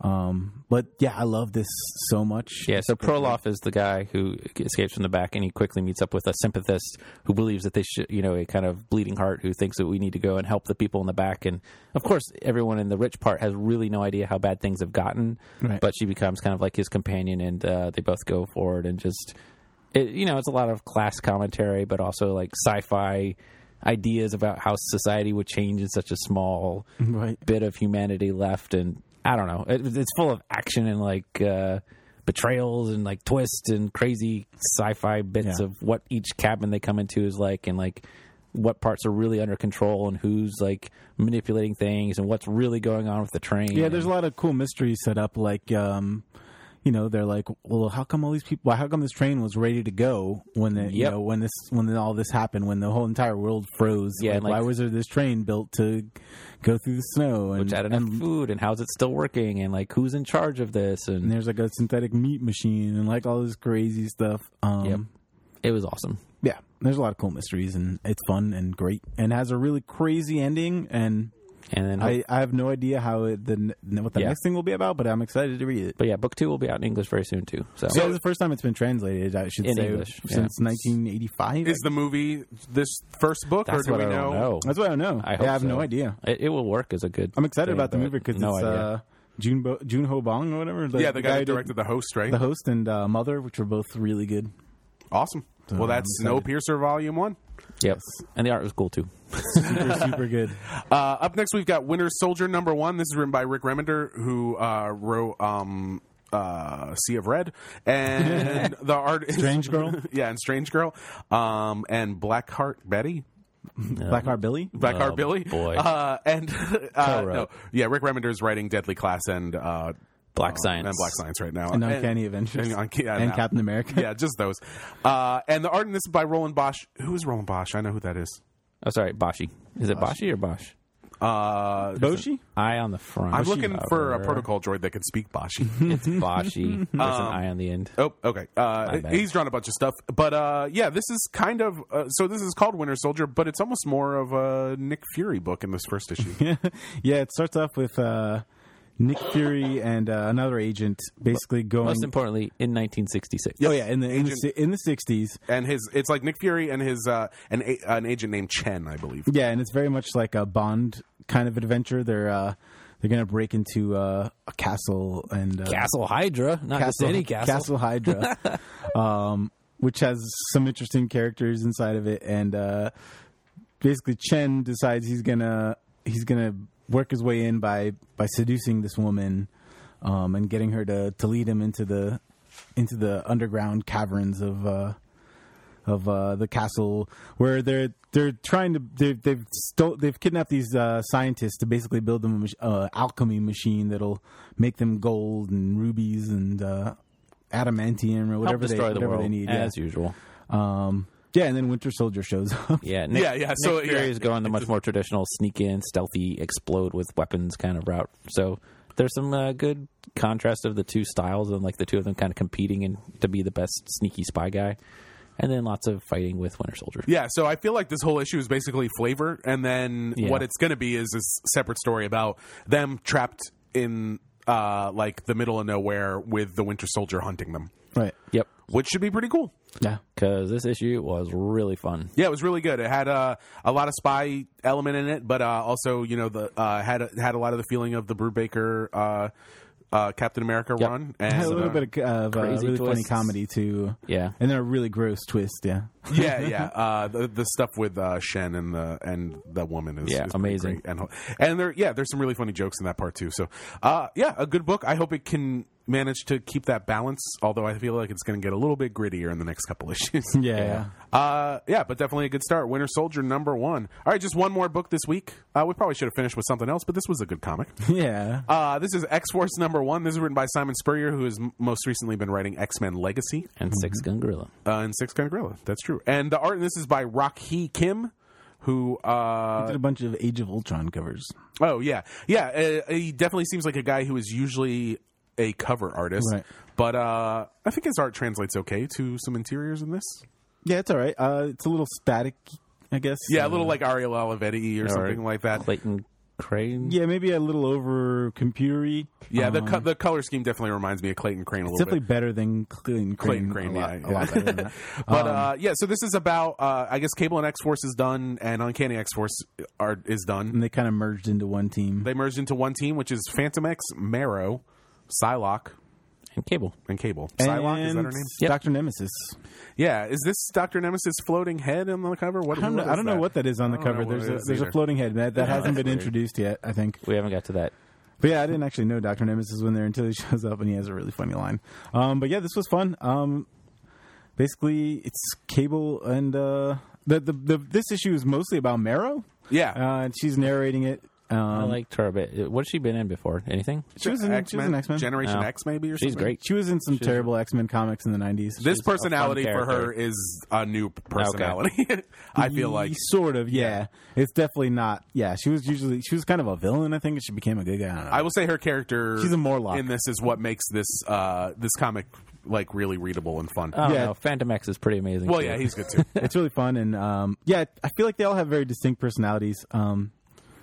Speaker 2: Um, but yeah, I love this so much.
Speaker 3: Yeah, so Proloff is the guy who escapes from the back, and he quickly meets up with a sympathist who believes that they should, you know, a kind of bleeding heart who thinks that we need to go and help the people in the back. And of course, everyone in the rich part has really no idea how bad things have gotten,
Speaker 2: Right.
Speaker 3: but she becomes kind of like his companion, and uh, they both go forward and just, it, you know, it's a lot of class commentary, but also like sci-fi ideas about how society would change in such a small
Speaker 2: right.
Speaker 3: bit of humanity left and i don't know it, it's full of action and like uh betrayals and like twists and crazy sci-fi bits
Speaker 2: Yeah.
Speaker 3: of what each cabin they come into is like and like what parts are really under control and who's like manipulating things and what's really going on with the train
Speaker 2: Yeah, there's a lot of cool mysteries set up. Like, um, you know, they're like, well, how come all these people? How come this train was ready to go when the you
Speaker 3: Yep.
Speaker 2: know when this when all this happened when the whole entire world froze?
Speaker 3: Yeah,
Speaker 2: like,
Speaker 3: and, like-
Speaker 2: why was there this train built to go through the snow? And,
Speaker 3: which had enough
Speaker 2: and,
Speaker 3: food and how's it still working and like who's in charge of this
Speaker 2: and
Speaker 3: and
Speaker 2: there's like a synthetic meat machine and like all this crazy stuff. Um,
Speaker 3: Yep. it was awesome
Speaker 2: Yeah, there's a lot of cool mysteries and it's fun and great and has a really crazy ending and.
Speaker 3: and then
Speaker 2: I, I have no idea how it, the n- what the
Speaker 3: Oh. Yeah.
Speaker 2: next thing will be about, but I'm excited to read it.
Speaker 3: but yeah book two will be out in english very soon too so
Speaker 2: So, it's the first time it's been translated, I should
Speaker 3: In
Speaker 2: say,
Speaker 3: English, yeah.
Speaker 2: since 1985.
Speaker 1: Is the movie this first book, or
Speaker 3: that's
Speaker 1: do
Speaker 3: what
Speaker 1: we
Speaker 3: i
Speaker 1: know?
Speaker 3: don't know
Speaker 2: That's what I don't know.
Speaker 3: I
Speaker 2: Yeah,
Speaker 3: hope
Speaker 2: I have
Speaker 3: so.
Speaker 2: no idea.
Speaker 3: it, it will work as a good
Speaker 2: I'm excited
Speaker 3: thing,
Speaker 2: about the
Speaker 3: but
Speaker 2: movie because
Speaker 3: no
Speaker 2: it's
Speaker 3: idea.
Speaker 2: uh, Junbo, Junho Bong or whatever. the-
Speaker 1: Yeah, the, guy
Speaker 2: who
Speaker 1: who
Speaker 2: did
Speaker 1: directed the host, right?
Speaker 2: the host and uh, Mother, which are both really good.
Speaker 1: Awesome. well,
Speaker 3: Uh,
Speaker 1: that's
Speaker 2: I'm
Speaker 1: Snowpiercer Volume One.
Speaker 3: Yep. And the art was cool too.
Speaker 2: Super, super good.
Speaker 1: Uh, up next, we've got Winter Soldier Number One. This is written by Rick Remender, who uh, wrote um, uh, Sea of Red, and the art is-
Speaker 2: Strange Girl,
Speaker 1: yeah, and Strange Girl, um, and Blackheart Betty.
Speaker 2: Blackheart Billy.
Speaker 1: Blackheart
Speaker 3: Oh,
Speaker 1: Billy,
Speaker 3: boy.
Speaker 1: uh, and uh,
Speaker 3: Co-wrote.
Speaker 1: no, yeah, Rick Remender is writing Deadly Class and uh,
Speaker 3: Black Science.
Speaker 1: and Black Science right now,
Speaker 2: And Uncanny Avengers.
Speaker 1: and, Uncanny- yeah,
Speaker 2: and
Speaker 1: now.
Speaker 2: Captain America.
Speaker 1: yeah, just those. Uh, and the art in this is by Roland Bosch. Who is Roland Bosch? I know who that is.
Speaker 3: Oh, sorry, Bashi. Is it Bashi or Bosch?
Speaker 1: Uh,
Speaker 2: Boshi?
Speaker 3: Eye on the front.
Speaker 1: I'm looking for a
Speaker 3: However,
Speaker 1: protocol Um, droid that can speak Boshi.
Speaker 3: It's Bashi. There's an eye on the end.
Speaker 1: Oh, okay. Uh,
Speaker 3: bad.
Speaker 1: he's drawn a bunch of stuff, but uh, yeah, this is kind of uh, so. This is called Winter Soldier, but it's almost more of a Nick Fury book in this first issue.
Speaker 2: yeah, it starts off with uh, Nick Fury and uh, another agent basically going.
Speaker 3: Most importantly, in 1966.
Speaker 2: Oh yeah, in the in the, si- in the 60s.
Speaker 1: and his it's like Nick Fury and his uh, an a- an agent named Chen, I believe.
Speaker 2: Yeah, and it's very much like a Bond kind of adventure. They're uh, they're gonna break into uh, a castle and uh,
Speaker 3: Castle Hydra, not just any castle.
Speaker 2: Hydra, um, which has some interesting characters inside of it. And uh, basically, Chen decides he's gonna he's gonna work his way in by by seducing this woman um, and getting her to to lead him into the into the underground caverns of. Uh, of uh, the castle where they're they're trying to they've they've, stole, they've kidnapped these uh, scientists to basically build them a mach- uh, alchemy machine that'll make them gold and rubies and uh, adamantium or
Speaker 3: Help
Speaker 2: whatever they
Speaker 3: destroy the
Speaker 2: whatever
Speaker 3: world
Speaker 2: they need. Yeah.
Speaker 3: as usual.
Speaker 2: Um, yeah, and then Winter Soldier shows up.
Speaker 3: Yeah, Nick,
Speaker 1: Yeah, yeah, so,
Speaker 3: Nick Fury
Speaker 1: yeah.
Speaker 3: is going the much more traditional sneak in, stealthy, explode with weapons kind of route. So there's some uh, good contrast of the two styles and like the two of them kind of competing and to be the best sneaky spy guy, and then lots of fighting with Winter Soldier.
Speaker 1: Yeah, so I feel like this whole issue is basically flavor, and then
Speaker 3: Yeah.
Speaker 1: what it's going to be is this separate story about them trapped in uh, like the middle of nowhere with the Winter Soldier hunting them,
Speaker 2: Right.
Speaker 3: Yep,
Speaker 1: which should be pretty cool.
Speaker 2: Yeah.
Speaker 3: because this issue was really fun.
Speaker 1: Yeah, it was really good. It had uh, a lot of spy element in it, but uh, also you know the uh, had had a lot of the feeling of the Brubaker uh, uh, Captain America
Speaker 3: Yep.
Speaker 1: run, and
Speaker 2: Had a little
Speaker 1: uh,
Speaker 2: bit of, of uh,
Speaker 3: Crazy
Speaker 2: really funny
Speaker 3: twists.
Speaker 2: comedy too.
Speaker 3: Yeah.
Speaker 2: And then a really gross twist. Yeah.
Speaker 1: yeah, yeah. Uh, the, the stuff with uh, Shen and the and the woman is,
Speaker 3: Yeah,
Speaker 1: is pretty
Speaker 3: amazing.
Speaker 1: great. And and there, yeah, there's some really funny jokes in that part too. So, uh, yeah, a good book. I hope it can manage to keep that balance. Although I feel like it's going to get a little bit grittier in the next couple issues.
Speaker 2: Yeah. yeah.
Speaker 1: Uh, yeah, but definitely a good start. Winter Soldier number one. All right, just one more book this week. Uh, we probably should have finished with something else, but this was a good comic.
Speaker 2: Yeah.
Speaker 1: Uh, this is X Force number one. This is written by Simon Spurrier, who has m- most recently been writing X Men Legacy
Speaker 3: and Six Gun Gorilla.
Speaker 1: uh, and Six Gun Gorilla. That's true. And the art in this is by Rock Hee Kim, who uh,
Speaker 2: did a bunch of Age of Ultron covers.
Speaker 1: Oh yeah, yeah. Uh, he definitely seems like a guy who is usually a cover artist,
Speaker 2: Right.
Speaker 1: but uh, I think his art translates okay to some interiors in this.
Speaker 2: Yeah, it's all right. Uh, it's a little static, I guess.
Speaker 1: Yeah, a
Speaker 2: Uh,
Speaker 1: little like Ariel Olivetti or, something like that.
Speaker 3: Clayton Crane.
Speaker 2: Yeah, maybe a little over computery.
Speaker 1: Yeah, the
Speaker 2: Um,
Speaker 1: co- the color scheme definitely reminds me of Clayton Crane a
Speaker 2: it's
Speaker 1: little
Speaker 2: definitely
Speaker 1: bit.
Speaker 2: better than Clayton
Speaker 1: Clayton
Speaker 2: Crane.
Speaker 1: Crane,
Speaker 2: a lot,
Speaker 1: yeah,
Speaker 2: a lot
Speaker 1: yeah.
Speaker 2: better Um, than that.
Speaker 1: But uh, yeah, so this is about uh, I guess Cable and X Force is done, and Uncanny X Force are is done.
Speaker 2: and they kind of merged into one team.
Speaker 1: They merged into one team, which is Phantom X, Marrow, Psylocke,
Speaker 3: And Cable.
Speaker 1: and Cable. Psylocke is that her name?
Speaker 3: Yep.
Speaker 2: Doctor Nemesis.
Speaker 1: Yeah, is this Doctor Nemesis' floating head on the cover? What,
Speaker 2: I don't know.
Speaker 1: what is
Speaker 2: I don't know
Speaker 1: that?
Speaker 2: what that is on the
Speaker 1: I don't know
Speaker 2: cover.
Speaker 1: what
Speaker 2: There's
Speaker 1: it
Speaker 2: a
Speaker 1: is
Speaker 2: there's a
Speaker 1: either.
Speaker 2: floating head that, that hasn't
Speaker 3: that's
Speaker 2: been
Speaker 3: weird.
Speaker 2: introduced yet. I think.
Speaker 3: We haven't got to that.
Speaker 2: But yeah, I didn't actually know Doctor Nemesis when there until he shows up and he has a really funny line. Um, but yeah, this was fun. Um, basically, it's Cable and uh, the, the the this issue is mostly about Marrow,
Speaker 1: Yeah,
Speaker 2: uh, and she's narrating it. Um,
Speaker 3: I liked her a bit. What's she been in before? Anything?
Speaker 2: she was in she was in X Men.
Speaker 1: Generation
Speaker 3: Yeah.
Speaker 1: X, maybe or
Speaker 3: Oh. She's
Speaker 1: something.
Speaker 3: great.
Speaker 2: She was in some terrible X Men comics in the nineties.
Speaker 1: This
Speaker 3: fun
Speaker 1: personality for her
Speaker 3: character.
Speaker 1: is a new personality. I feel like
Speaker 2: sort of yeah. It's definitely not yeah. She was usually she was kind of a villain. I think and she became a good guy. I don't know.
Speaker 1: I will say her character.
Speaker 2: She's a Morlock.
Speaker 1: and this is what makes this uh, this comic like really readable and fun.
Speaker 3: I don't
Speaker 2: Yeah.
Speaker 3: know. Phantom X is pretty amazing.
Speaker 1: well,
Speaker 3: too.
Speaker 1: yeah, he's good too.
Speaker 2: it's really fun and um, yeah. I feel like they all have very distinct personalities. Um,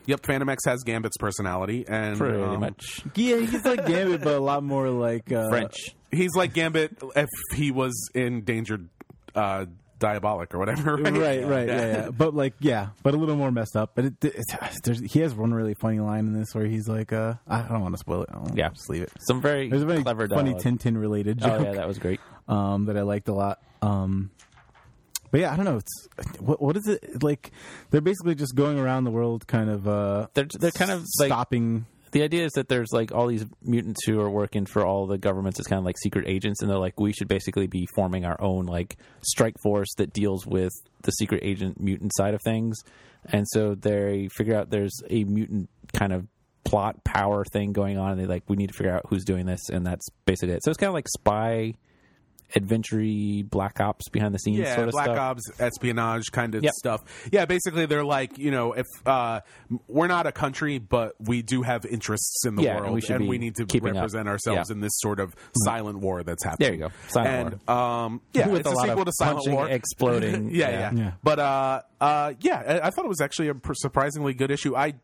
Speaker 1: yep, Phantom X has Gambit's personality, and
Speaker 3: pretty
Speaker 1: um,
Speaker 3: much
Speaker 2: Yeah, he's like Gambit, but a lot more like uh,
Speaker 3: French.
Speaker 1: he's like Gambit if he was endangered, uh, diabolic or whatever. Right,
Speaker 2: Right, right, yeah. yeah, But like, yeah, but a little more messed up. But it, it's, there's, he has one really funny line in this where he's like, uh, I don't want to spoil it. I don't-
Speaker 3: Yeah.
Speaker 2: just leave it.
Speaker 3: Some very
Speaker 2: There's a very
Speaker 3: clever
Speaker 2: funny
Speaker 3: dialogue.
Speaker 2: Tintin related
Speaker 3: Oh
Speaker 2: joke
Speaker 3: yeah, that was great.
Speaker 2: um, that I liked a lot. Um, but yeah, I don't know. It's what what is it like? They're basically just going around the world, kind of. Uh,
Speaker 3: They're they're kind of like
Speaker 2: stopping.
Speaker 3: the idea is that there's like all these mutants who are working for all the governments as kind of like secret agents, and they're like we should basically be forming our own like strike force that deals with the secret agent mutant side of things, and so they figure out there's a mutant kind of plot power thing going on, and they like we need to figure out who's doing this, and that's basically it. So it's kind of like spy. Adventure black ops behind the scenes
Speaker 1: yeah,
Speaker 3: sort of
Speaker 1: Black
Speaker 3: stuff.
Speaker 1: Ops espionage kind of
Speaker 3: Yep.
Speaker 1: stuff. Yeah, basically they're like, you know, if uh, we're not a country, but we do have interests in the
Speaker 3: Yeah, and
Speaker 1: world,
Speaker 3: we should be
Speaker 1: need to
Speaker 3: keeping up.
Speaker 1: represent ourselves
Speaker 3: Yeah. Mm-hmm.
Speaker 1: in this sort of silent war that's happening.
Speaker 3: There you go. Silent
Speaker 1: and, Um, yeah, it's
Speaker 3: With a
Speaker 1: a,
Speaker 3: lot
Speaker 1: sequel
Speaker 3: of
Speaker 1: to Silent
Speaker 3: punching,
Speaker 1: War.
Speaker 3: exploding.
Speaker 1: yeah, yeah,
Speaker 3: Yeah.
Speaker 2: Yeah.
Speaker 1: But uh, uh, yeah, I- I thought it was actually a pr- surprisingly good issue. I.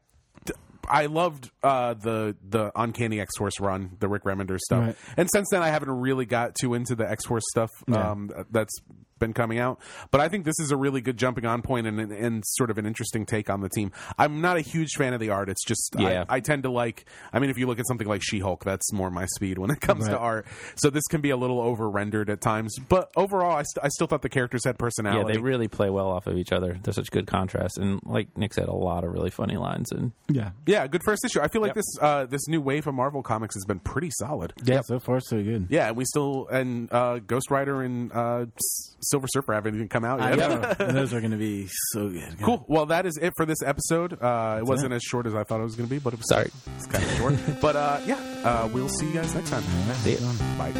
Speaker 1: I loved uh, the the Uncanny X Force run, the Rick Remender stuff,
Speaker 2: Right.
Speaker 1: and since then I haven't really got too into the X Force stuff
Speaker 2: Yeah.
Speaker 1: um, that's been coming out. But I think this is a really good jumping on point and, and, and sort of an interesting take on the team. I'm not a huge fan of the art. It's just
Speaker 3: Yeah.
Speaker 1: I, I tend to like. I mean, if you look at something like She Hulk, that's more my speed when it comes to
Speaker 2: Right.
Speaker 1: art. So this can be a little over rendered at times. But overall, I, st- I still thought the characters had
Speaker 3: Yeah,
Speaker 1: personality.
Speaker 3: they really play well off of each other. They're such good contrast, and like Nick said, a lot of really funny lines. And
Speaker 2: Yeah,
Speaker 1: Yeah, good first issue. I feel like
Speaker 3: Yep.
Speaker 1: this uh, this new wave of Marvel comics has been pretty solid.
Speaker 2: yeah. So far, so good.
Speaker 1: Yeah, and we still and uh, Ghost Rider and uh, S- Silver Surfer haven't even come out yet.
Speaker 2: And those are going to be so good.
Speaker 1: Cool. Well, that is it for this episode. Uh, it wasn't as short as I thought it was going to be, but it was
Speaker 3: Sorry.
Speaker 1: It's kind of short. but uh, yeah, uh, we'll see you guys next time.
Speaker 3: See ya.
Speaker 1: Bye.